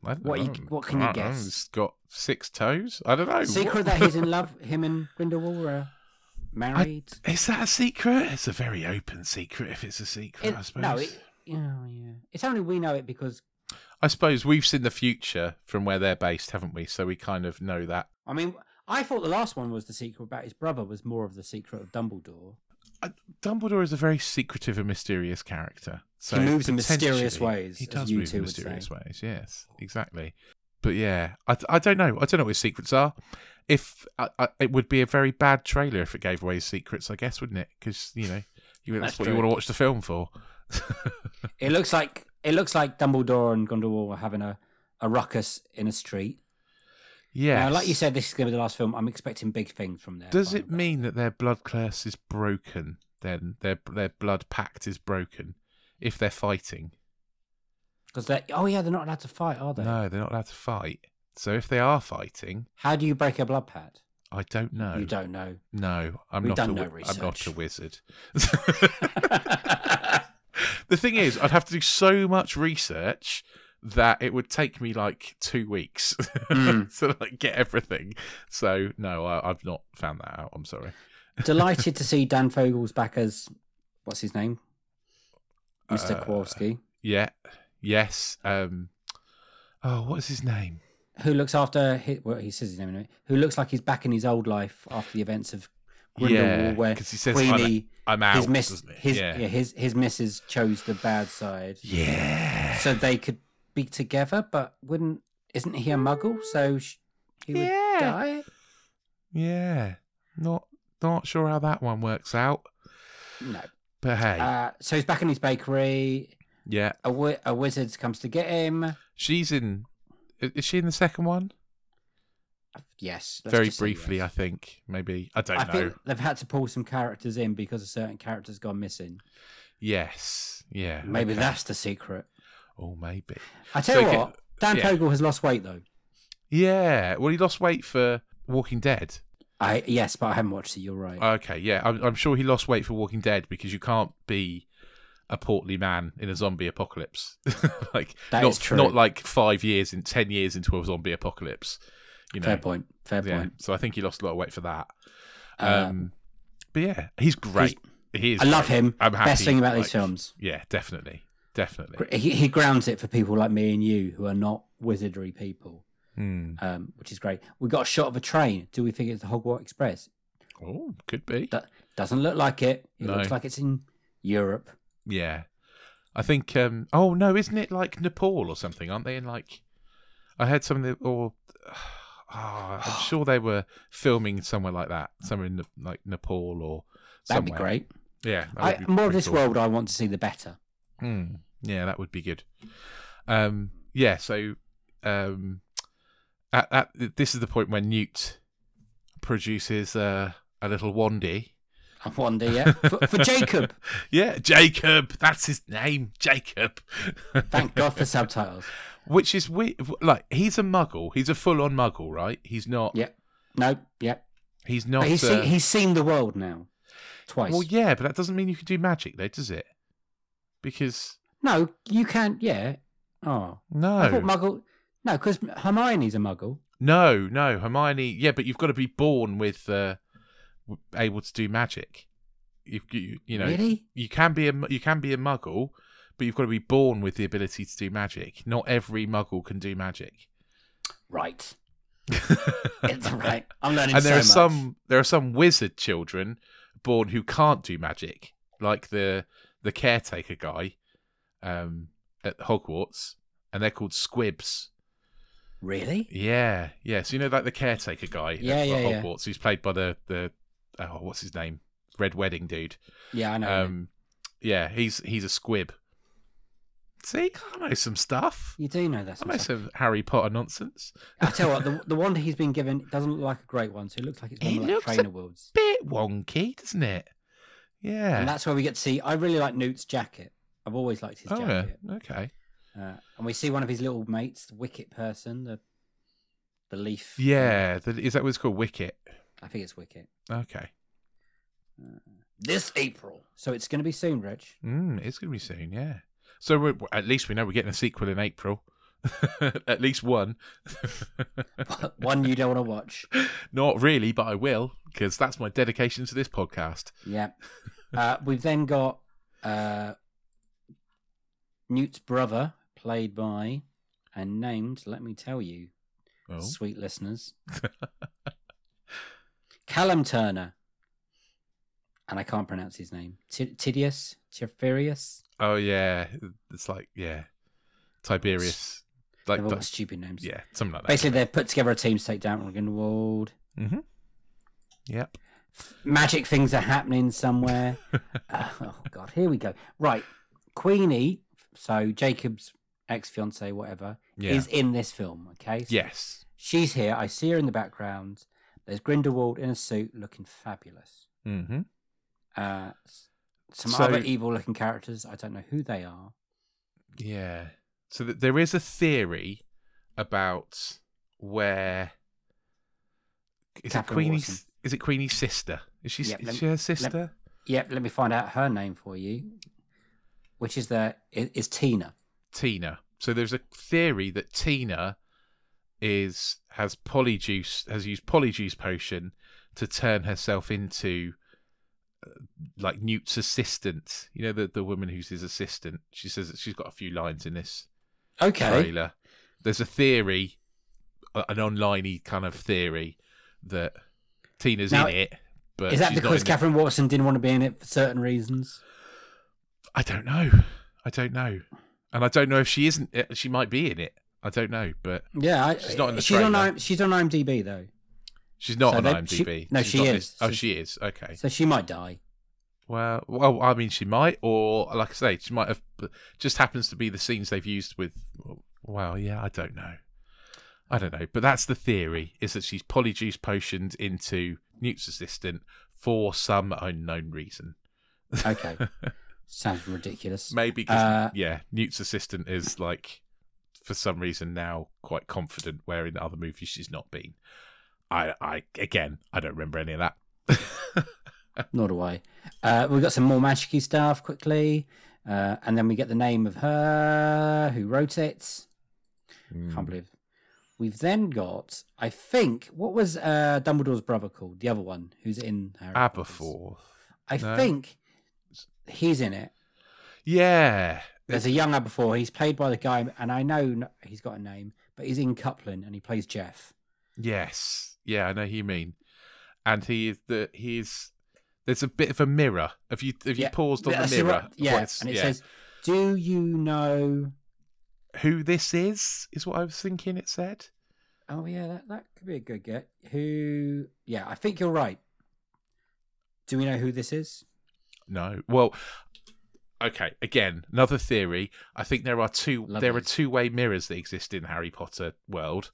[SPEAKER 2] I don't
[SPEAKER 1] What you-
[SPEAKER 2] know.
[SPEAKER 1] what can you
[SPEAKER 2] I don't know.
[SPEAKER 1] guess?
[SPEAKER 2] He's got six toes. I don't know.
[SPEAKER 1] Secret
[SPEAKER 2] What-
[SPEAKER 1] that he's in love. Him and Grindelwald are married.
[SPEAKER 2] <laughs> Is that a secret? It's a very open secret if it's a secret, I
[SPEAKER 1] It-
[SPEAKER 2] suppose.
[SPEAKER 1] no, it, yeah, yeah. It's only we know it because
[SPEAKER 2] I suppose we've seen the future from where they're based, haven't we? So we kind of know that.
[SPEAKER 1] I mean, I thought the last one was the secret about his brother was more of the secret of Dumbledore.
[SPEAKER 2] <laughs> Uh, Dumbledore is a very secretive and mysterious character. So
[SPEAKER 1] moves in mysterious
[SPEAKER 2] potentially-
[SPEAKER 1] ways,
[SPEAKER 2] He
[SPEAKER 1] as
[SPEAKER 2] does
[SPEAKER 1] you
[SPEAKER 2] move
[SPEAKER 1] two
[SPEAKER 2] in
[SPEAKER 1] would
[SPEAKER 2] mysterious
[SPEAKER 1] say.
[SPEAKER 2] ways. Yes, exactly. But yeah, I, I don't know. I don't know what his secrets are. If I, I, it would be a very bad trailer if it gave away his secrets, I guess, wouldn't it? Because you know, you, that's,
[SPEAKER 1] That's
[SPEAKER 2] what you
[SPEAKER 1] true.
[SPEAKER 2] want to watch the film for.
[SPEAKER 1] It looks like it looks like Dumbledore and Grindelwald were having a, a ruckus in a street.
[SPEAKER 2] Yeah.
[SPEAKER 1] Now, like you said, this is going to be the last film. I'm expecting big things from there.
[SPEAKER 2] Does
[SPEAKER 1] by
[SPEAKER 2] it
[SPEAKER 1] the way.
[SPEAKER 2] mean that their blood curse is broken? Then their their blood pact is broken if they're fighting.
[SPEAKER 1] Because they're oh yeah, they're not allowed to fight, are they?
[SPEAKER 2] No, they're not allowed to fight. So if they are fighting,
[SPEAKER 1] How do you break a blood pact?
[SPEAKER 2] I don't know.
[SPEAKER 1] You don't
[SPEAKER 2] <laughs>
[SPEAKER 1] know.
[SPEAKER 2] No, I'm
[SPEAKER 1] We've
[SPEAKER 2] not.
[SPEAKER 1] done
[SPEAKER 2] a,
[SPEAKER 1] no
[SPEAKER 2] wi- I'm not
[SPEAKER 1] research.
[SPEAKER 2] a wizard. <laughs> the thing is, I'd have to do so much research that it would take me like two weeks
[SPEAKER 1] Hmm.
[SPEAKER 2] <laughs> to like get everything. So no, I, I've not found that out. I'm sorry.
[SPEAKER 1] Delighted to see Dan Fogel's back as what's his name, Mr.
[SPEAKER 2] Uh,
[SPEAKER 1] Kowalski,
[SPEAKER 2] Yeah. Yes. Um. Oh, what is his name?
[SPEAKER 1] who looks after hi well, he says his name in a minute, who looks like he's back in his old life after the events of Grindelwald,
[SPEAKER 2] Yeah,
[SPEAKER 1] where
[SPEAKER 2] 'cause he says, "I'm-
[SPEAKER 1] Queenie.
[SPEAKER 2] I'm out.
[SPEAKER 1] his miss,
[SPEAKER 2] doesn't it?
[SPEAKER 1] his
[SPEAKER 2] yeah.
[SPEAKER 1] yeah. his his missus chose the bad side,
[SPEAKER 2] Yeah.
[SPEAKER 1] so they could be together. But wouldn't isn't he a muggle? So sh- he would
[SPEAKER 2] Yeah.
[SPEAKER 1] die.
[SPEAKER 2] Yeah. Not not sure how that one works out,
[SPEAKER 1] No.
[SPEAKER 2] but hey,
[SPEAKER 1] Uh, so he's back in his bakery.
[SPEAKER 2] yeah.
[SPEAKER 1] A, wi- a wizard comes to get him.
[SPEAKER 2] She's in. i- Is she in the second one?
[SPEAKER 1] Yes, let's
[SPEAKER 2] Very
[SPEAKER 1] just say
[SPEAKER 2] briefly, I
[SPEAKER 1] yes.
[SPEAKER 2] think. Maybe I don't
[SPEAKER 1] I
[SPEAKER 2] know.
[SPEAKER 1] think they've had to pull some characters in because a certain character's gone missing.
[SPEAKER 2] Yes. Yeah.
[SPEAKER 1] Maybe
[SPEAKER 2] okay.
[SPEAKER 1] that's the secret.
[SPEAKER 2] Oh, maybe.
[SPEAKER 1] I tell
[SPEAKER 2] So
[SPEAKER 1] you
[SPEAKER 2] get-
[SPEAKER 1] what, Dan
[SPEAKER 2] yeah.
[SPEAKER 1] Fogel has lost weight though.
[SPEAKER 2] Yeah. Well, he lost weight for Walking Dead.
[SPEAKER 1] I yes, but I haven't watched it. You're right.
[SPEAKER 2] Okay, yeah, I'm, I'm sure he lost weight for Walking Dead because you can't be a portly man in a zombie apocalypse. <laughs> like
[SPEAKER 1] That
[SPEAKER 2] not,
[SPEAKER 1] is true.
[SPEAKER 2] not like five years in ten years into a zombie apocalypse. You know,
[SPEAKER 1] fair point. Fair
[SPEAKER 2] yeah.
[SPEAKER 1] point.
[SPEAKER 2] So I think he lost a lot of weight for that. Um,
[SPEAKER 1] Uh,
[SPEAKER 2] but yeah, he's great. he is.
[SPEAKER 1] I love
[SPEAKER 2] great.
[SPEAKER 1] him.
[SPEAKER 2] I'm happy.
[SPEAKER 1] Best thing about
[SPEAKER 2] like,
[SPEAKER 1] these films.
[SPEAKER 2] Yeah, definitely, definitely.
[SPEAKER 1] He, he grounds it for people like me and you who are not wizardry people,
[SPEAKER 2] Hmm.
[SPEAKER 1] um, which is great. We got a shot of a train. Do we think it's the Hogwarts Express?
[SPEAKER 2] Oh, could be.
[SPEAKER 1] That doesn't look like it. It
[SPEAKER 2] No.
[SPEAKER 1] looks like it's in Europe.
[SPEAKER 2] Yeah. I think um oh no, isn't it like Nepal or something? Aren't they in like I heard something that- or <sighs> oh, I'm sure they were filming somewhere like that, somewhere in Ne- like Nepal or
[SPEAKER 1] That'd
[SPEAKER 2] somewhere.
[SPEAKER 1] be great.
[SPEAKER 2] Yeah, that
[SPEAKER 1] I,
[SPEAKER 2] would be
[SPEAKER 1] more of
[SPEAKER 2] pretty
[SPEAKER 1] this
[SPEAKER 2] cool.
[SPEAKER 1] world I want to see, the better.
[SPEAKER 2] Mm, yeah, that would be good. Um yeah, so um at, at this is the point when Newt produces uh, a little wandy.
[SPEAKER 1] I wonder, yeah. For, for
[SPEAKER 2] <laughs>
[SPEAKER 1] Jacob.
[SPEAKER 2] Yeah, Jacob, that's his name, Jacob. <laughs>
[SPEAKER 1] Thank God for subtitles.
[SPEAKER 2] Which is weird. Like he's a muggle. He's a full-on muggle, right? He's not.
[SPEAKER 1] Yep. No, yep.
[SPEAKER 2] He's
[SPEAKER 1] But
[SPEAKER 2] not.
[SPEAKER 1] he's,
[SPEAKER 2] uh,
[SPEAKER 1] seen, he's seen the world now. Twice.
[SPEAKER 2] well, yeah, but that doesn't mean you can do magic, though, does it? Because
[SPEAKER 1] No, you can't, yeah. Oh. I
[SPEAKER 2] no,
[SPEAKER 1] thought Muggle. No, because Hermione's a Muggle.
[SPEAKER 2] no, no, Hermione. Yeah, but you've got to be born with uh, w- able to do magic. You, you, you know,
[SPEAKER 1] Really?
[SPEAKER 2] <laughs> you can be a mu- you can be a muggle, but you've got to be born with the ability to do magic. Not every muggle can do magic.
[SPEAKER 1] Right. It's right. I'm learning
[SPEAKER 2] and
[SPEAKER 1] so
[SPEAKER 2] there are
[SPEAKER 1] much.
[SPEAKER 2] some there are some wizard children born who can't do magic, like the the caretaker guy um, at Hogwarts, and they're called squibs.
[SPEAKER 1] Really?
[SPEAKER 2] Yeah, yeah. So you know, like the caretaker guy at-
[SPEAKER 1] Yeah,
[SPEAKER 2] at
[SPEAKER 1] yeah, yeah.
[SPEAKER 2] Hogwarts, who's played by the the oh, what's his name, Red Wedding dude.
[SPEAKER 1] Yeah, I know.
[SPEAKER 2] Um, yeah, he's he's a squib. See, I know some stuff.
[SPEAKER 1] You do know that.
[SPEAKER 2] I know some Harry Potter nonsense.
[SPEAKER 1] I tell you
[SPEAKER 2] <laughs>
[SPEAKER 1] what, the, the wand he's been given doesn't look like a great one, so it looks like it's
[SPEAKER 2] It
[SPEAKER 1] one of like
[SPEAKER 2] looks
[SPEAKER 1] trainer
[SPEAKER 2] a-
[SPEAKER 1] worlds.
[SPEAKER 2] Bit wonky, doesn't it? Yeah.
[SPEAKER 1] And that's where we get to see. I really like Newt's jacket. I've always liked his
[SPEAKER 2] oh, yeah.
[SPEAKER 1] jacket.
[SPEAKER 2] Okay.
[SPEAKER 1] Uh, and we see one of his little mates, the Wicket person, the the leaf.
[SPEAKER 2] Yeah. The, is that what it's called? Wicket.
[SPEAKER 1] I think it's Wicket.
[SPEAKER 2] Okay.
[SPEAKER 1] This April. So it's going to be soon, Rich.
[SPEAKER 2] Mm, it's going to be soon. Yeah. So we're, at least we know we're getting a sequel in April. <laughs> at least one. <laughs>
[SPEAKER 1] one you don't want to watch.
[SPEAKER 2] Not really, but I will because that's my dedication to this podcast.
[SPEAKER 1] Yeah. Uh, we've then got uh, Newt's brother, played by and named, let me tell you,
[SPEAKER 2] Oh.
[SPEAKER 1] sweet
[SPEAKER 2] <laughs>
[SPEAKER 1] listeners, <laughs> Callum Turner. And I can't pronounce his name. T- Tidius? Tiferius?
[SPEAKER 2] Oh yeah, it's like yeah, Tiberius, like
[SPEAKER 1] They've all
[SPEAKER 2] Di-
[SPEAKER 1] got stupid names.
[SPEAKER 2] yeah, something like that.
[SPEAKER 1] Basically, they've put together a team to take down Rogenwald.
[SPEAKER 2] Mm-hmm. Yep.
[SPEAKER 1] magic things are happening
[SPEAKER 2] <laughs>
[SPEAKER 1] somewhere. Uh, oh God, here we go. Right, Queenie, so Jacob's ex fiance, whatever,
[SPEAKER 2] Yeah.
[SPEAKER 1] is in this film. Okay, So
[SPEAKER 2] yes.
[SPEAKER 1] she's here. I see her in the background. There's Grindelwald in a suit, looking fabulous.
[SPEAKER 2] Mm-hmm.
[SPEAKER 1] Uh, s- some
[SPEAKER 2] So-
[SPEAKER 1] other evil-looking characters. I don't know who they are.
[SPEAKER 2] Yeah. So th- there is a theory about where is
[SPEAKER 1] Catherine
[SPEAKER 2] it Queenie's?
[SPEAKER 1] Watson.
[SPEAKER 2] Is it Queenie's sister? Is she?
[SPEAKER 1] Yep,
[SPEAKER 2] is
[SPEAKER 1] lem-
[SPEAKER 2] she her sister?
[SPEAKER 1] Yep, let me find out her name for you. Which is the i- is Tina?
[SPEAKER 2] Tina. So there's a theory that Tina is has polyjuice has used polyjuice potion to turn herself into uh, like Newt's assistant. You know the the woman who's his assistant. She says that she's got a few lines in this
[SPEAKER 1] Okay,
[SPEAKER 2] trailer. There's a theory, a- an online kind of theory that Tina's
[SPEAKER 1] Now,
[SPEAKER 2] in it. But
[SPEAKER 1] is that
[SPEAKER 2] she's not
[SPEAKER 1] because
[SPEAKER 2] in it.
[SPEAKER 1] Catherine Watson didn't want to be in it for certain reasons?
[SPEAKER 2] I don't know. I don't know, and I don't know if she isn't. uh, She might be in it. I don't know, but
[SPEAKER 1] Yeah, I,
[SPEAKER 2] She's not in the
[SPEAKER 1] she's on
[SPEAKER 2] trailer.
[SPEAKER 1] I- she's on IMDb though,
[SPEAKER 2] She's not
[SPEAKER 1] So
[SPEAKER 2] on
[SPEAKER 1] they- she-
[SPEAKER 2] IMDb.
[SPEAKER 1] no,
[SPEAKER 2] She's
[SPEAKER 1] she
[SPEAKER 2] not-
[SPEAKER 1] is.
[SPEAKER 2] Oh,
[SPEAKER 1] So-
[SPEAKER 2] she is. Okay.
[SPEAKER 1] so she might die.
[SPEAKER 2] Well, well, I mean, she might, or like I say, she might have. but Just happens to be the scenes they've used with. Well, yeah, I don't know. I don't know, but that's the theory: is that she's polyjuice potioned into Newt's assistant for some unknown reason.
[SPEAKER 1] <laughs> Okay, sounds ridiculous.
[SPEAKER 2] Maybe because
[SPEAKER 1] Uh,
[SPEAKER 2] yeah, Newt's assistant is like for some reason now quite confident, where in other movies she's not been. I, I again, I don't remember any of that.
[SPEAKER 1] Nor do I. Uh, we've got some more magic stuff quickly, uh, and then we get the name of her who wrote it.
[SPEAKER 2] Hmm. Mm.
[SPEAKER 1] Can't believe. We've then got, I think, what was uh, Dumbledore's brother called? The other one who's in Harry Potter's?
[SPEAKER 2] Aberforth.
[SPEAKER 1] I
[SPEAKER 2] No.
[SPEAKER 1] think he's in it.
[SPEAKER 2] Yeah.
[SPEAKER 1] There's a young Aberforth. He's played by the guy, and I know n- he's got a name, but he's in Coupling and he plays Jeff.
[SPEAKER 2] Yes. Yeah, I know who you mean. And he is the he is there's a bit of a mirror. Have you have you
[SPEAKER 1] Yeah,
[SPEAKER 2] paused on
[SPEAKER 1] that's
[SPEAKER 2] the mirror?
[SPEAKER 1] right- Yeah,
[SPEAKER 2] What's-
[SPEAKER 1] and it
[SPEAKER 2] yeah.
[SPEAKER 1] says, "Do you know?"
[SPEAKER 2] who this is is what I was thinking it said.
[SPEAKER 1] Oh yeah, that, that could be a good get. Who? Yeah, I think you're right. Do we know who this is?
[SPEAKER 2] No. Well, okay. Again, another theory. I think there are two.
[SPEAKER 1] Love
[SPEAKER 2] there are
[SPEAKER 1] these.
[SPEAKER 2] two way mirrors that exist in Harry Potter world.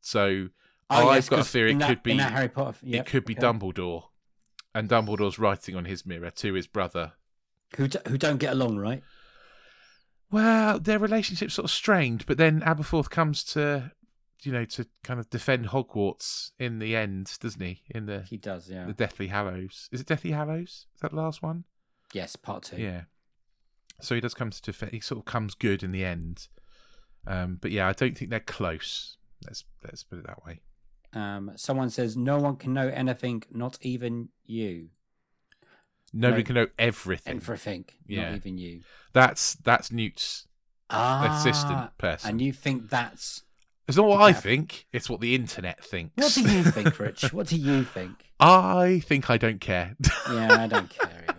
[SPEAKER 2] So
[SPEAKER 1] Oh,
[SPEAKER 2] I've
[SPEAKER 1] yes,
[SPEAKER 2] got a
[SPEAKER 1] 'cause
[SPEAKER 2] theory. It
[SPEAKER 1] in that-
[SPEAKER 2] could be
[SPEAKER 1] in that Harry Potter. yep,
[SPEAKER 2] it could be
[SPEAKER 1] okay.
[SPEAKER 2] Dumbledore, and Dumbledore's writing on his mirror to his brother.
[SPEAKER 1] Who d- who don't get along, right?
[SPEAKER 2] Well, their relationship's sort of strained, but then Aberforth comes to, you know, to kind of defend Hogwarts in the end, doesn't he? In the
[SPEAKER 1] He does. Yeah.
[SPEAKER 2] the Deathly Hallows. Is it Deathly Hallows? Is that the last one?
[SPEAKER 1] yes, part two.
[SPEAKER 2] Yeah. So he does come to defend. He sort of comes good in the end. Um, but yeah, I don't think they're close. Let's let's put it that way.
[SPEAKER 1] Um, someone says no one can know anything, not even you.
[SPEAKER 2] Nobody
[SPEAKER 1] No.
[SPEAKER 2] can know everything.
[SPEAKER 1] Everything,
[SPEAKER 2] Yeah.
[SPEAKER 1] not even you.
[SPEAKER 2] that's that's Newt's.
[SPEAKER 1] Ah,
[SPEAKER 2] Assistant person.
[SPEAKER 1] And you think that's
[SPEAKER 2] It's not what I
[SPEAKER 1] Yeah.
[SPEAKER 2] think. It's what the internet thinks.
[SPEAKER 1] what do you think, Rich? What do you think?
[SPEAKER 2] <laughs> I think I don't care. <laughs>
[SPEAKER 1] Yeah, I don't care either.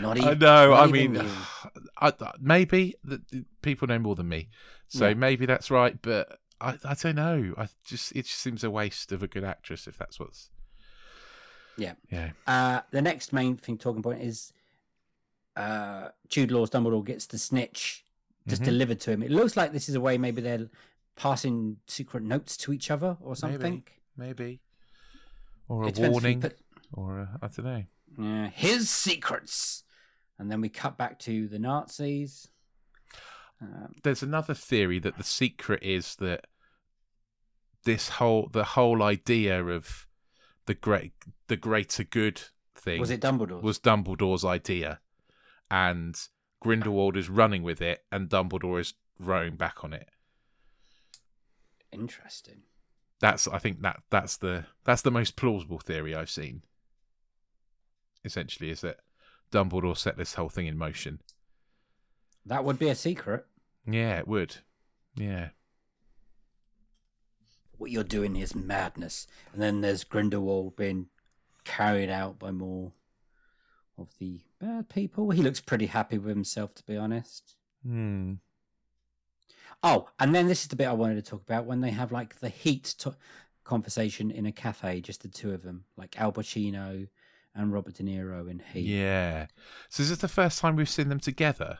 [SPEAKER 1] Not e-
[SPEAKER 2] I know.
[SPEAKER 1] not
[SPEAKER 2] I
[SPEAKER 1] even
[SPEAKER 2] mean,
[SPEAKER 1] you.
[SPEAKER 2] <sighs> I, I- maybe the, the people know more than me, so
[SPEAKER 1] Yeah.
[SPEAKER 2] maybe that's right. But I, I don't know. I just it just seems a waste of a good actress if that's what's
[SPEAKER 1] Yeah.
[SPEAKER 2] yeah.
[SPEAKER 1] Uh, the next main thing talking point is uh, Jude Law's Dumbledore gets the snitch just
[SPEAKER 2] Mhm.
[SPEAKER 1] delivered to him. It looks like this is a way maybe they're passing secret notes to each other or something.
[SPEAKER 2] Maybe. Or a
[SPEAKER 1] It depends if you
[SPEAKER 2] warning.
[SPEAKER 1] put-
[SPEAKER 2] Or a, I don't know.
[SPEAKER 1] Yeah, his secrets. And then we cut back to the Nazis. Um,
[SPEAKER 2] There's another theory that the secret is that this whole the whole idea of the great the greater good thing
[SPEAKER 1] was it Dumbledore?
[SPEAKER 2] was Dumbledore's idea, and Grindelwald is running with it, and Dumbledore is rowing back on it.
[SPEAKER 1] interesting.
[SPEAKER 2] That's I think that that's the that's the most plausible theory I've seen. Essentially, is that Dumbledore set this whole thing in motion.
[SPEAKER 1] That would be a secret.
[SPEAKER 2] Yeah, it would. Yeah.
[SPEAKER 1] What you're doing is madness. And then there's Grindelwald being carried out by more of the bad people. He looks pretty happy with himself, to be honest.
[SPEAKER 2] Hmm.
[SPEAKER 1] Oh, and then this is the bit I wanted to talk about when they have like the heat to- conversation in a cafe, just the two of them, like Al Pacino and Robert De Niro in Heat.
[SPEAKER 2] Yeah. So is this the first time we've seen them together?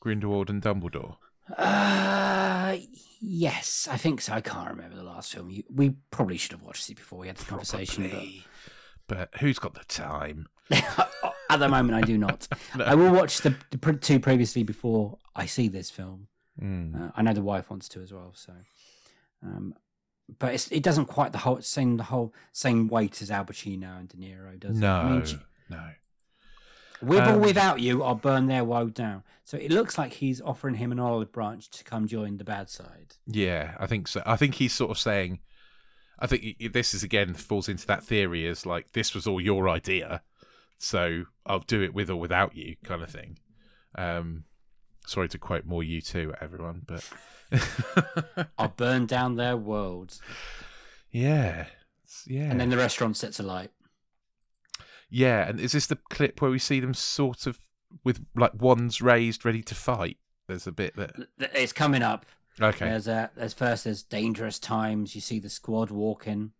[SPEAKER 2] Grindelwald and Dumbledore.
[SPEAKER 1] Uh, yes, I think so. I can't remember the last film. You, we probably should have watched it before we had the conversation,
[SPEAKER 2] Probably. But who's got the time?
[SPEAKER 1] but <laughs> at the moment, I do
[SPEAKER 2] <laughs>
[SPEAKER 1] not. I will watch the, the pre- two previously before I see this film.
[SPEAKER 2] Mm.
[SPEAKER 1] Uh, I know the wife wants to as well, so. Um, but it's, it doesn't quite the whole same the whole same weight as Al Pacino and De Niro does. it?
[SPEAKER 2] No.
[SPEAKER 1] I mean, j-
[SPEAKER 2] no.
[SPEAKER 1] With
[SPEAKER 2] Um,
[SPEAKER 1] or without you, I'll burn their woe down. So it looks like he's offering him an olive branch to come join the bad side.
[SPEAKER 2] Yeah, I think so. I think he's sort of saying, I think y- this is again falls into that theory as like this was all your idea, so I'll do it with or without you kind of thing. Um, sorry to quote more you too, everyone, but <laughs>
[SPEAKER 1] I'll burn down their world.
[SPEAKER 2] yeah, It's- yeah,
[SPEAKER 1] And then the restaurant sets alight.
[SPEAKER 2] yeah. And is this the clip where we see them sort of with like wands raised, ready to fight? There's a bit that
[SPEAKER 1] It's coming up.
[SPEAKER 2] okay,
[SPEAKER 1] There's a there's first there's dangerous times. You see the squad walking.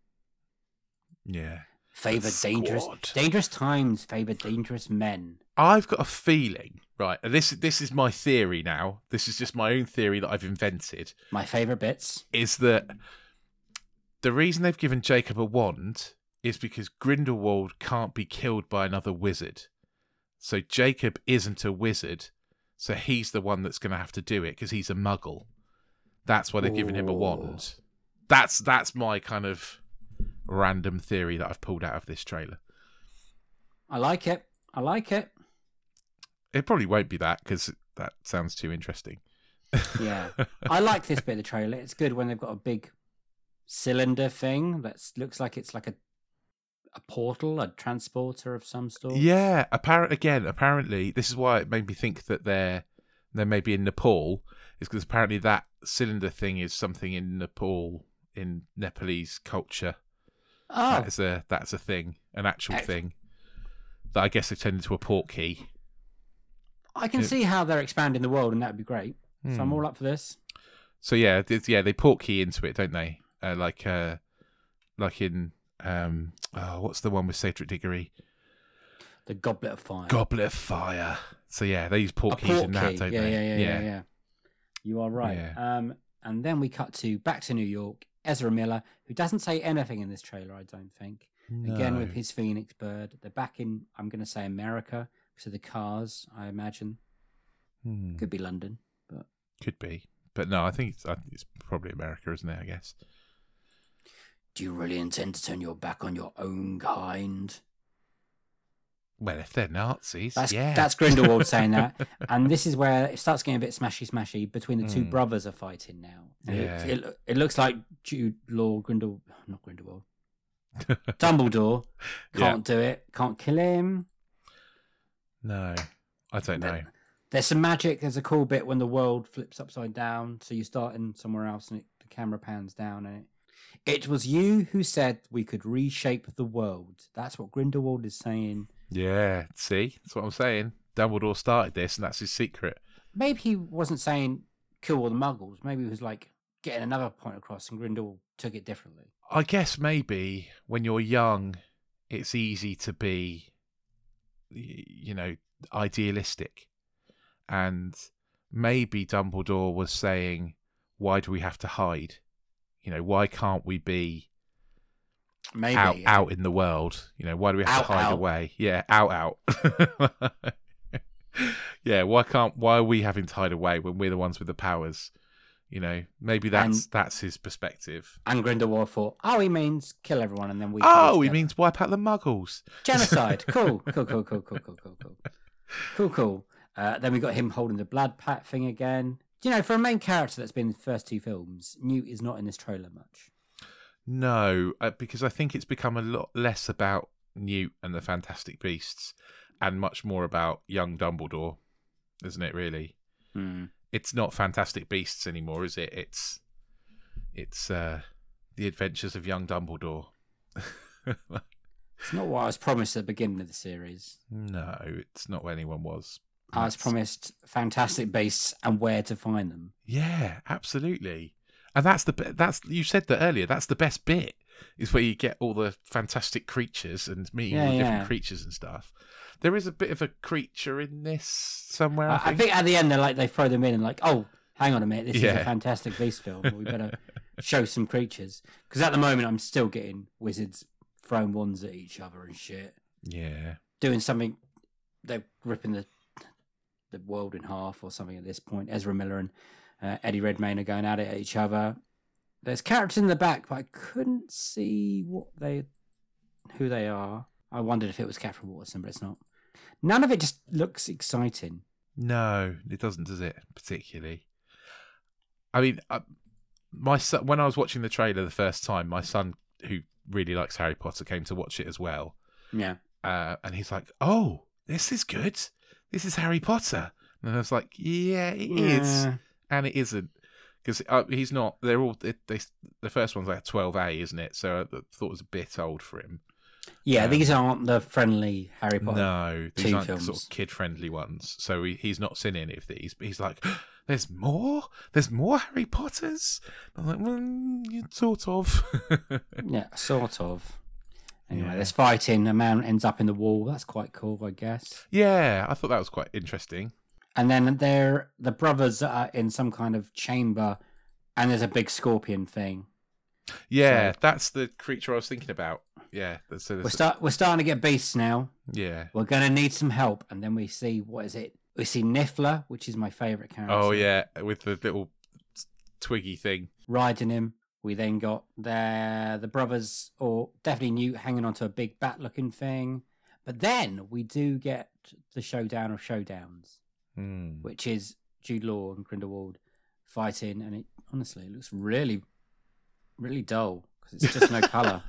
[SPEAKER 2] yeah.
[SPEAKER 1] Favor
[SPEAKER 2] The
[SPEAKER 1] dangerous
[SPEAKER 2] squad.
[SPEAKER 1] dangerous times. Favor dangerous men.
[SPEAKER 2] I've got a feeling, right? And this this is my theory now. This is just my own theory that I've invented.
[SPEAKER 1] My favorite bits.
[SPEAKER 2] Is that the reason they've given Jacob a wand is because Grindelwald can't be killed by another wizard. So Jacob isn't a wizard, so he's the one that's going to have to do it because he's a muggle. That's why they've given him a
[SPEAKER 1] Ooh.
[SPEAKER 2] wand. That's that's my kind of random theory that I've pulled out of this trailer.
[SPEAKER 1] I like it. I like it.
[SPEAKER 2] It probably won't be that because that sounds too interesting. <laughs>
[SPEAKER 1] Yeah, I like this bit of the trailer. It's good when they've got a big cylinder thing that looks like it's like a a portal, a transporter of some sort.
[SPEAKER 2] Yeah, apparent again. Apparently, this is why it made me think that they're they may be in Nepal, is because apparently that cylinder thing is something in Nepal in Nepalese culture.
[SPEAKER 1] Oh,
[SPEAKER 2] That is a that's a thing, an actual
[SPEAKER 1] Ex-
[SPEAKER 2] thing that I guess they've turned into a portkey.
[SPEAKER 1] I can see how they're expanding the world, and that'd be great. So
[SPEAKER 2] Hmm.
[SPEAKER 1] I'm all up for this.
[SPEAKER 2] So yeah, th- yeah, they portkey into it, don't they? Uh, like uh, like in um, oh, what's the one with Cedric Diggory?
[SPEAKER 1] The Goblet of Fire.
[SPEAKER 2] Goblet of Fire. So yeah, they use
[SPEAKER 1] A
[SPEAKER 2] portkeys in that,
[SPEAKER 1] portkey.
[SPEAKER 2] don't
[SPEAKER 1] yeah,
[SPEAKER 2] they?
[SPEAKER 1] Yeah, yeah, yeah, yeah. You are right.
[SPEAKER 2] Yeah.
[SPEAKER 1] Um, and then we cut to back to New York. Ezra Miller, who doesn't say anything in this trailer, I don't think. Again with
[SPEAKER 2] No.
[SPEAKER 1] his Phoenix bird. They're back in. I'm going to say America. So the cars, I imagine,
[SPEAKER 2] Hmm.
[SPEAKER 1] could be London. But
[SPEAKER 2] Could be, but no, I think it's, I think it's probably America, isn't it? I guess.
[SPEAKER 1] do you really intend to turn your back on your own kind?
[SPEAKER 2] Well, if they're Nazis,
[SPEAKER 1] That's
[SPEAKER 2] yeah,
[SPEAKER 1] that's Grindelwald saying
[SPEAKER 2] <laughs>
[SPEAKER 1] that. And this is where it starts getting a bit smashy smashy between the two
[SPEAKER 2] Mm.
[SPEAKER 1] brothers are fighting now. And
[SPEAKER 2] Yeah.
[SPEAKER 1] It, it, it looks like Jude Law Grindel not Grindelwald. <laughs> Dumbledore
[SPEAKER 2] <laughs> Yeah.
[SPEAKER 1] can't do it, can't kill him.
[SPEAKER 2] no, I don't know.
[SPEAKER 1] There's some magic, there's a cool bit when the world flips upside down, so you start in somewhere else and it, the camera pans down and it it was you who said we could reshape the world. That's what Grindelwald is saying.
[SPEAKER 2] Yeah, see, that's what I'm saying. Dumbledore started this, and that's his secret.
[SPEAKER 1] maybe he wasn't saying kill all the muggles. Maybe he was like getting another point across, and Grindel took it differently.
[SPEAKER 2] I guess maybe when you're young, it's easy to be, y- you know, idealistic. And maybe Dumbledore was saying, Why do we have to hide? You know, why can't we be
[SPEAKER 1] Maybe.
[SPEAKER 2] out out in the world? You know, why do we have
[SPEAKER 1] Out,
[SPEAKER 2] to hide
[SPEAKER 1] out.
[SPEAKER 2] away? Yeah, out out. <laughs> yeah, why can't why are we having to hide away when we're the ones with the powers? You know, maybe that's that's his perspective.
[SPEAKER 1] And Grindelwald thought, oh, he means kill everyone and then we.
[SPEAKER 2] Oh, he
[SPEAKER 1] he
[SPEAKER 2] means wipe out the muggles. <laughs>
[SPEAKER 1] genocide. Cool, cool, cool, cool, cool, cool, cool, cool, cool, cool. Uh, then we got him holding the blood pack thing again. Do you know, for a main character that's been in the first two films, Newt is not in this trailer much.
[SPEAKER 2] No, uh, because I think it's become a lot less about Newt and the Fantastic Beasts and much more about young Dumbledore, isn't it really? Hmm. It's not Fantastic Beasts anymore, is it? It's it's uh the adventures of young Dumbledore.
[SPEAKER 1] It's not what I was promised at the beginning of the series.
[SPEAKER 2] no, it's not what anyone was.
[SPEAKER 1] I was
[SPEAKER 2] That's-
[SPEAKER 1] promised fantastic beasts and where to find them.
[SPEAKER 2] Yeah, absolutely. And that's the be- that's you said that earlier. That's the best bit is where you get all the fantastic creatures and meeting all
[SPEAKER 1] Yeah,
[SPEAKER 2] the
[SPEAKER 1] yeah.
[SPEAKER 2] different creatures and stuff. There is a bit of a creature in this somewhere. I,
[SPEAKER 1] I, I
[SPEAKER 2] think.
[SPEAKER 1] think at the end they're like they throw them in and like, oh, hang on a minute, this is a
[SPEAKER 2] Yeah.
[SPEAKER 1] Fantastic Beast film. We better show some creatures because at the moment I'm still getting wizards throwing wands at each other and shit,
[SPEAKER 2] Yeah,
[SPEAKER 1] doing something. They're ripping the the world in half or something at this point. Ezra Miller and uh, Eddie Redmayne are going at it at each other. There's characters in the back, but I couldn't see what they who they are. I wondered if it was Catherine Waterson, but it's not. None of it just looks exciting.
[SPEAKER 2] no, it doesn't, does it? Particularly. I mean, I, my son, when I was watching the trailer the first time, my son who really likes Harry Potter came to watch it as well,
[SPEAKER 1] Yeah.
[SPEAKER 2] uh, and he's like, "Oh, this is good. This is Harry Potter." And I was like, "Yeah, it is."
[SPEAKER 1] Yeah.
[SPEAKER 2] and it isn't because uh, he's not. They're all they, they. The first one's like twelve A, isn't it? So I thought it was a bit old for him.
[SPEAKER 1] Yeah,
[SPEAKER 2] Um,
[SPEAKER 1] these aren't the friendly Harry Potter.
[SPEAKER 2] No, these
[SPEAKER 1] Teen
[SPEAKER 2] aren't the sort
[SPEAKER 1] films.
[SPEAKER 2] of kid-friendly ones. So he, he's not seen any of these. But he's like, <gasps> "There's more. There's more Harry Potters." I'm like, "Well, you sort of." <laughs>
[SPEAKER 1] Yeah, sort of. Anyway,
[SPEAKER 2] Yeah.
[SPEAKER 1] there's fighting. A man ends up in the wall. That's quite cool, I guess.
[SPEAKER 2] yeah, I thought that was quite interesting.
[SPEAKER 1] And then they're the brothers are in some kind of chamber, and there's a big scorpion thing.
[SPEAKER 2] Yeah,
[SPEAKER 1] So-
[SPEAKER 2] that's the creature I was thinking about. Yeah, that's- so
[SPEAKER 1] We're
[SPEAKER 2] there's,
[SPEAKER 1] start we're starting to get beasts now.
[SPEAKER 2] yeah.
[SPEAKER 1] We're gonna need some help. And then we see what is it? We see Niffler, which is my favorite character.
[SPEAKER 2] Oh yeah, with the little twiggy thing.
[SPEAKER 1] riding him. We then got the the brothers, or definitely Newt, hanging onto a big bat looking thing. But then we do get the showdown of showdowns,
[SPEAKER 2] Hmm. <sighs>
[SPEAKER 1] which is Jude Law and Grindelwald fighting, and it honestly it looks really, really dull because it's just no color.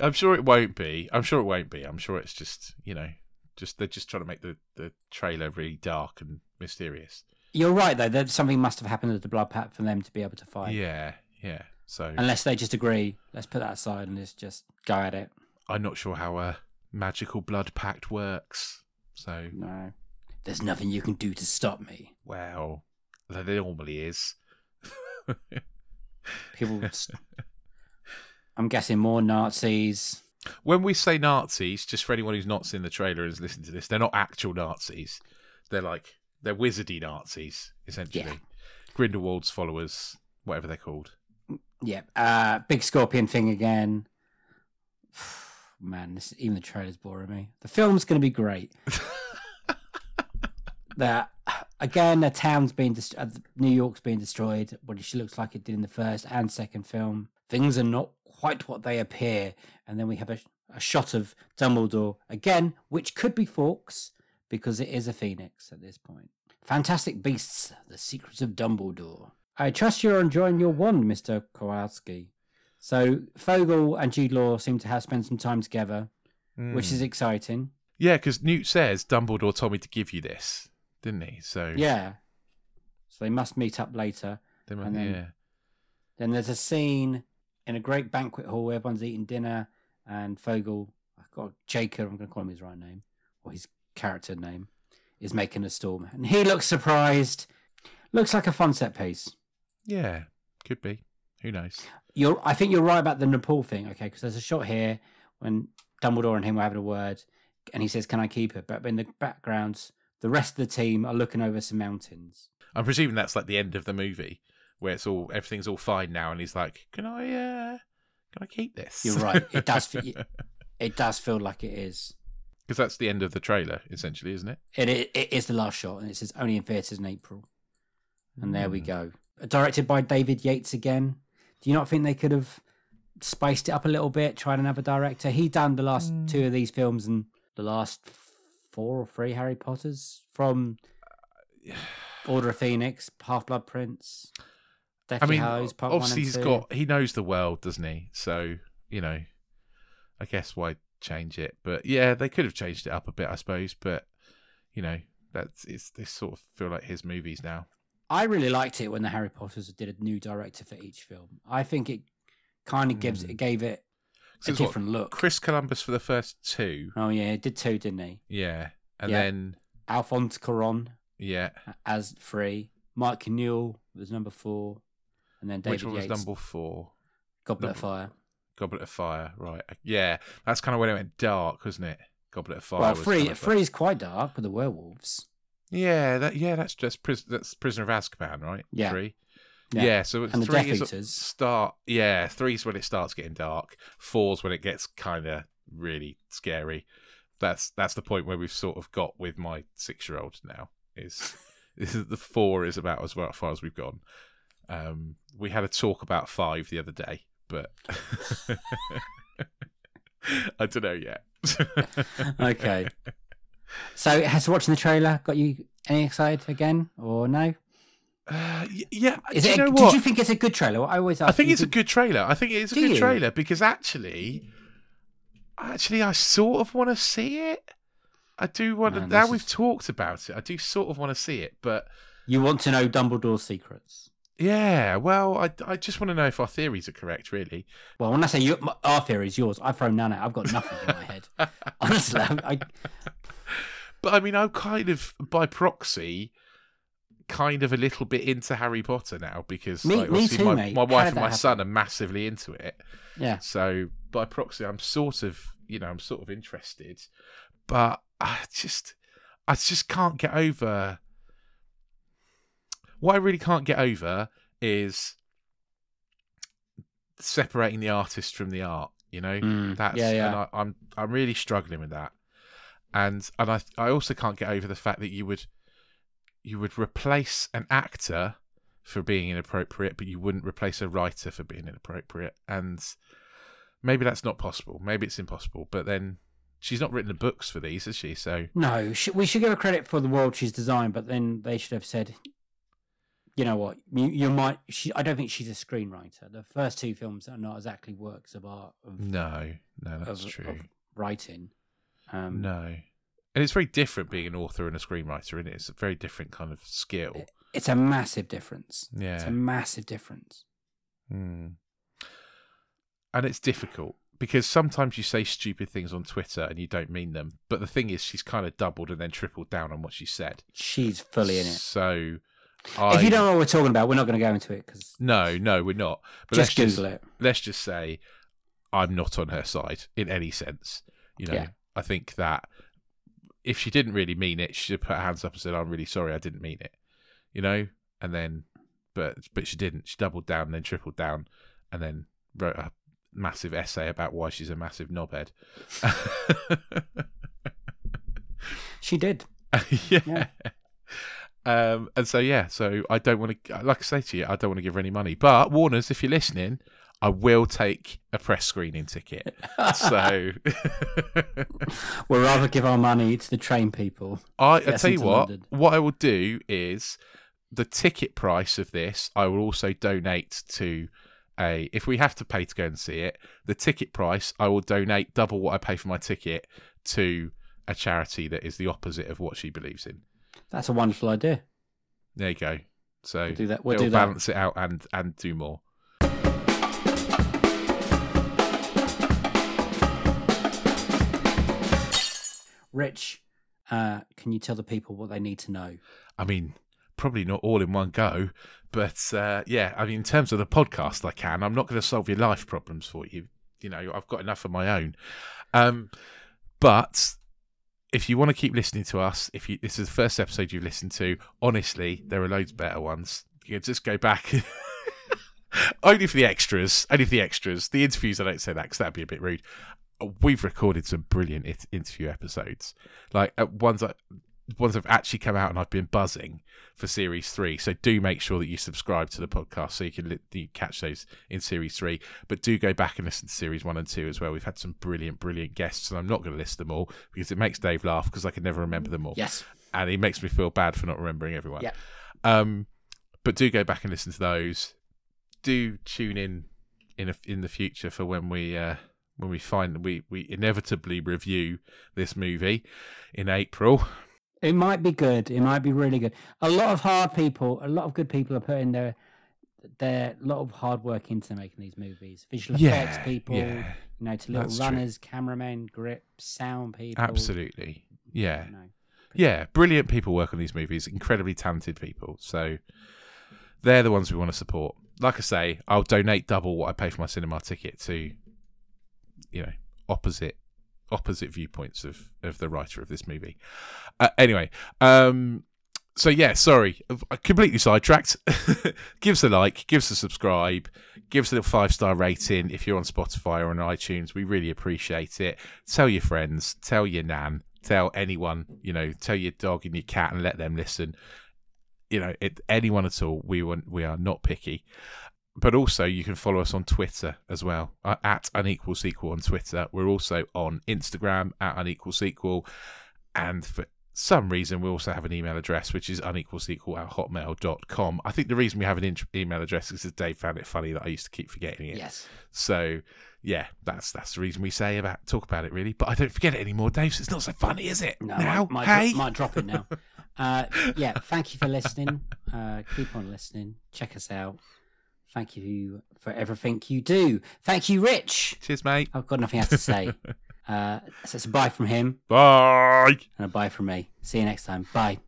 [SPEAKER 2] I'm sure it won't be. I'm sure it won't be. I'm sure it's just you know, just they're just trying to make the the trailer really dark and mysterious.
[SPEAKER 1] You're right though. That something must have happened at the blood pack for them to be able to fight.
[SPEAKER 2] Yeah, yeah. So
[SPEAKER 1] Unless they just agree, let's put that aside and let's just go at it.
[SPEAKER 2] I'm not sure how a magical blood pact works. So
[SPEAKER 1] No, there's nothing you can do to stop me.
[SPEAKER 2] well, there normally is.
[SPEAKER 1] people s- i'm guessing more nazis
[SPEAKER 2] When we say Nazis, just for anyone who's not seen the trailer and is listening to this, they're not actual Nazis. They're like they're wizardy Nazis essentially.
[SPEAKER 1] Yeah.
[SPEAKER 2] Grindelwald's followers, whatever they're called.
[SPEAKER 1] yeah uh big scorpion thing again <sighs> man this even the trailer's boring me the film's gonna be great that again the town's being dest- uh, new york's being destroyed what she looks like it did in the first and second film things are not quite what they appear and then we have a, a shot of dumbledore again which could be fawkes because it is a phoenix at this point fantastic beasts the secrets of dumbledore i trust you're enjoying your wand mr kowalski so fogel and jude law seem to have spent some time together which
[SPEAKER 2] Hmm.
[SPEAKER 1] is exciting
[SPEAKER 2] Yeah, because Newt says Dumbledore told me to give you this, didn't he? So
[SPEAKER 1] yeah so they must meet up later
[SPEAKER 2] they might-
[SPEAKER 1] and then-
[SPEAKER 2] yeah,
[SPEAKER 1] Then there's a scene in a great banquet hall where everyone's eating dinner, and Fogel, I've got Jacob, I'm going to call him his right name, or his character name, is making a storm. And he looks surprised. Looks like a fun set piece.
[SPEAKER 2] yeah, could be. Who knows?
[SPEAKER 1] You're, I think you're right about the Nepal thing, okay? Because there's a shot here when Dumbledore and him were having a word, and he says, "Can I keep her?" But in the background, the rest of the team are looking over some mountains.
[SPEAKER 2] I'm presuming that's like the end of the movie where it's all everything's all fine now, and he's like, "Can I, uh, can I keep this?"
[SPEAKER 1] You're right. It does.
[SPEAKER 2] <laughs>
[SPEAKER 1] fe- it does feel like it is.
[SPEAKER 2] because that's the end of the trailer, essentially, isn't it?
[SPEAKER 1] It, it, it is the last shot, and it says only in theaters in April. And there
[SPEAKER 2] Hmm.
[SPEAKER 1] we go. Uh, Directed by David Yates again. Do you not think they could have spiced it up a little bit, tried another director? He done the last
[SPEAKER 2] Hmm.
[SPEAKER 1] two of these films and the last four or three Harry Potters
[SPEAKER 2] <sighs>
[SPEAKER 1] from Order of Phoenix, Half Blood Prince, Deathly
[SPEAKER 2] I mean,
[SPEAKER 1] Hallows, Part
[SPEAKER 2] obviously
[SPEAKER 1] One
[SPEAKER 2] he's
[SPEAKER 1] and Two.
[SPEAKER 2] got he knows the world, doesn't he? So you know, I guess why change it? But yeah, they could have changed it up a bit, I suppose. But you know, that's it's they sort of feel like his movies now.
[SPEAKER 1] I really liked it when the Harry Potters did a new director for each film. I think it kind of gives it gave it
[SPEAKER 2] Hmm. So
[SPEAKER 1] a
[SPEAKER 2] it's what,
[SPEAKER 1] different look.
[SPEAKER 2] Chris Columbus for the first two,
[SPEAKER 1] Oh yeah, it did two, didn't he?
[SPEAKER 2] yeah, and
[SPEAKER 1] Yeah.
[SPEAKER 2] then
[SPEAKER 1] Alphonse Cuaron
[SPEAKER 2] yeah,
[SPEAKER 1] as three. Mike Newell was number four, and then David
[SPEAKER 2] which one was
[SPEAKER 1] Yates.
[SPEAKER 2] number four?
[SPEAKER 1] Goblet
[SPEAKER 2] number-
[SPEAKER 1] of Fire.
[SPEAKER 2] Goblet of Fire, right? Yeah, that's kind of when it went dark, wasn't it? Goblet of Fire.
[SPEAKER 1] well,
[SPEAKER 2] was
[SPEAKER 1] three
[SPEAKER 2] kind of
[SPEAKER 1] three is quite dark with the
[SPEAKER 2] <laughs>
[SPEAKER 1] werewolves.
[SPEAKER 2] Yeah, that yeah, that's just pris- that's Prisoner of Azkaban, right?
[SPEAKER 1] Yeah.
[SPEAKER 2] Three.
[SPEAKER 1] Yeah.
[SPEAKER 2] Yeah. so
[SPEAKER 1] And the
[SPEAKER 2] three
[SPEAKER 1] Death
[SPEAKER 2] is
[SPEAKER 1] Eaters.
[SPEAKER 2] start. Yeah, three's when it starts getting dark. Four's when it gets kind of really scary. That's that's the point where we've sort of got with my six-year-old now. Is <laughs> this is the four is about as well as far as we've gone. Um, we had a talk about five the other day, but <laughs> I don't
[SPEAKER 1] <laughs>
[SPEAKER 2] know yet. <laughs>
[SPEAKER 1] Okay. so has watching the trailer got you any excited again or no?
[SPEAKER 2] Uh, y- yeah,
[SPEAKER 1] Is
[SPEAKER 2] do
[SPEAKER 1] it?
[SPEAKER 2] you
[SPEAKER 1] a-
[SPEAKER 2] know
[SPEAKER 1] did
[SPEAKER 2] what?
[SPEAKER 1] you think it's a good trailer? I always ask.
[SPEAKER 2] I think
[SPEAKER 1] you
[SPEAKER 2] it's a good trailer. I think it is a
[SPEAKER 1] Do
[SPEAKER 2] good
[SPEAKER 1] you?
[SPEAKER 2] trailer because actually, actually, I sort of want to see it. I do want to.
[SPEAKER 1] Man,
[SPEAKER 2] Now
[SPEAKER 1] this
[SPEAKER 2] we've
[SPEAKER 1] is-
[SPEAKER 2] talked about it, I do sort of want to see it. But
[SPEAKER 1] You want to know Dumbledore's secrets.
[SPEAKER 2] yeah, well, I, I just want to know if our theories are correct, really.
[SPEAKER 1] Well, when I say you, my, our theory is yours, I've thrown none out. I've got nothing in my head.
[SPEAKER 2] <laughs>
[SPEAKER 1] Honestly, I'm- I,
[SPEAKER 2] But I mean, I'm kind of by proxy, kind of a little bit into Harry Potter now because
[SPEAKER 1] Me-
[SPEAKER 2] like,
[SPEAKER 1] me
[SPEAKER 2] obviously
[SPEAKER 1] too,
[SPEAKER 2] my,
[SPEAKER 1] mate.
[SPEAKER 2] my
[SPEAKER 1] How
[SPEAKER 2] wife
[SPEAKER 1] did
[SPEAKER 2] and
[SPEAKER 1] that
[SPEAKER 2] my
[SPEAKER 1] happen?
[SPEAKER 2] son are massively into it.
[SPEAKER 1] yeah.
[SPEAKER 2] So by proxy, I'm sort of, you know, I'm sort of interested, but I just, I just can't get over. What I really can't get over is separating the artist from the art. You know,
[SPEAKER 1] Mm,
[SPEAKER 2] that's
[SPEAKER 1] yeah, yeah.
[SPEAKER 2] and I, I'm I'm really struggling with that, and and I I also can't get over the fact that you would you would replace an actor for being inappropriate, but you wouldn't replace a writer for being inappropriate. And maybe that's not possible. Maybe it's impossible. But then she's not written the books for these, has she? So
[SPEAKER 1] No, sh- we should give her credit for the world she's designed, but then they should have said, you know what, you, you might. She, I don't think she's a screenwriter. The first two films are not exactly works of art. Of,
[SPEAKER 2] no, no, that's
[SPEAKER 1] of-
[SPEAKER 2] true.
[SPEAKER 1] of writing. Um,
[SPEAKER 2] no, and it's very different being an author and a screenwriter, and it? it's a very different kind of skill.
[SPEAKER 1] It's a massive difference. It's
[SPEAKER 2] Yeah.
[SPEAKER 1] a massive difference.
[SPEAKER 2] Mm. And it's difficult because sometimes you say stupid things on Twitter and you don't mean them. But the thing is, she's kind of doubled and then tripled down on what she said.
[SPEAKER 1] She's fully in it.
[SPEAKER 2] So, I,
[SPEAKER 1] If you don't know what we're talking about, we're not going to go into it because
[SPEAKER 2] no, no, we're not. But
[SPEAKER 1] just
[SPEAKER 2] let's
[SPEAKER 1] Google
[SPEAKER 2] just,
[SPEAKER 1] it.
[SPEAKER 2] Let's just say, I'm not on her side in any sense. You know,
[SPEAKER 1] Yeah.
[SPEAKER 2] I think that if she didn't really mean it, she should have put her hands up and said, "I'm really sorry, I didn't mean it." You know, and then, but but she didn't. She doubled down, and then tripled down, and then wrote a massive essay about why she's a massive knobhead. <laughs>
[SPEAKER 1] She did.
[SPEAKER 2] <laughs> yeah. Um, and so yeah, so I don't want to, like I say to you, I don't want to give her any money. But Warner's, if you're listening, I will take a press screening ticket. so <laughs>
[SPEAKER 1] We'll rather give our money to the train people.
[SPEAKER 2] I, I
[SPEAKER 1] Yes,
[SPEAKER 2] tell you
[SPEAKER 1] into
[SPEAKER 2] what,
[SPEAKER 1] London.
[SPEAKER 2] what I will do is the ticket price of this, I will also donate to a. If we have to pay to go and see it, the ticket price, I will donate double what I pay for my ticket to a charity that is the opposite of what she believes in.
[SPEAKER 1] That's a wonderful idea.
[SPEAKER 2] There you go. So
[SPEAKER 1] We'll do that- we'll
[SPEAKER 2] it'll
[SPEAKER 1] do that.
[SPEAKER 2] balance it out and and do more.
[SPEAKER 1] Rich, uh, can you tell the people what they need to know?
[SPEAKER 2] I mean, probably not all in one go, but uh, yeah. I mean, in terms of the podcast, I can. I'm not going to solve your life problems for you. You know, I've got enough of my own. Um, but if you want to keep listening to us, if you this is the first episode you've listened to, honestly, there are loads better ones. You can just go back. <laughs> only for the extras. Only for the extras. The interviews, I don't say that because that'd be a bit rude. We've recorded some brilliant it- interview episodes, like uh, ones that ones that have actually come out, and I've been buzzing for series three. So do make sure that you subscribe to the podcast so you can li- you catch those in series three. But do go back and listen to series one and two as well. We've had some brilliant, brilliant guests, and I'm not going to list them all because it makes Dave laugh because I can never remember them all.
[SPEAKER 1] Yes.
[SPEAKER 2] and he makes me feel bad for not remembering everyone.
[SPEAKER 1] Yeah.
[SPEAKER 2] Um, but do go back and listen to those. Do tune in in a, in the future for when we uh, when we find that we we inevitably review this movie in April.
[SPEAKER 1] It might be good. It might be really good. A lot of hard people, a lot of good people are putting their their lot of hard work into making these movies. Visual effects
[SPEAKER 2] Yeah,
[SPEAKER 1] people,
[SPEAKER 2] yeah.
[SPEAKER 1] you know, to little
[SPEAKER 2] That's true.
[SPEAKER 1] runners, cameramen, grip, sound people.
[SPEAKER 2] Absolutely, yeah,
[SPEAKER 1] you know.
[SPEAKER 2] yeah. Brilliant people work on these movies. Incredibly talented people. So they're the ones we want to support. Like I say, I'll donate double what I pay for my cinema ticket to, you know, opposite opposite viewpoints of of the writer of this movie. Uh, anyway, um, so yeah, sorry, I completely sidetracked. <laughs> give us a like, give us a subscribe, give us a little five star rating if you're on Spotify or on iTunes. We really appreciate it. Tell your friends, tell your nan, tell anyone, you know, tell your dog and your cat and let them listen. You know, it, anyone at all, we want, we are not picky. But also, you can follow us on Twitter as well uh, at Unequal Sequel on Twitter. We're also on Instagram at Unequal Sequel, and for some reason, we also have an email address which is unequalsequel at hotmail.com. I think the reason we have an int- email address is because Dave found it funny that I used to keep forgetting it.
[SPEAKER 1] Yes.
[SPEAKER 2] So, yeah, that's that's the reason we say about talk about it really. But I don't forget it anymore, Dave. So it's not so funny, is it?
[SPEAKER 1] No,
[SPEAKER 2] now,
[SPEAKER 1] might, might,
[SPEAKER 2] hey,
[SPEAKER 1] dro- might drop it now. Uh, yeah, thank you for listening. Uh, keep on listening. Check us out. Thank you for everything you do. Thank you, Rich.
[SPEAKER 2] cheers, mate.
[SPEAKER 1] I've got nothing else to
[SPEAKER 2] <laughs>
[SPEAKER 1] say. uh, so it's a bye from him
[SPEAKER 2] Bye.
[SPEAKER 1] and a bye from me. See you next time. Bye.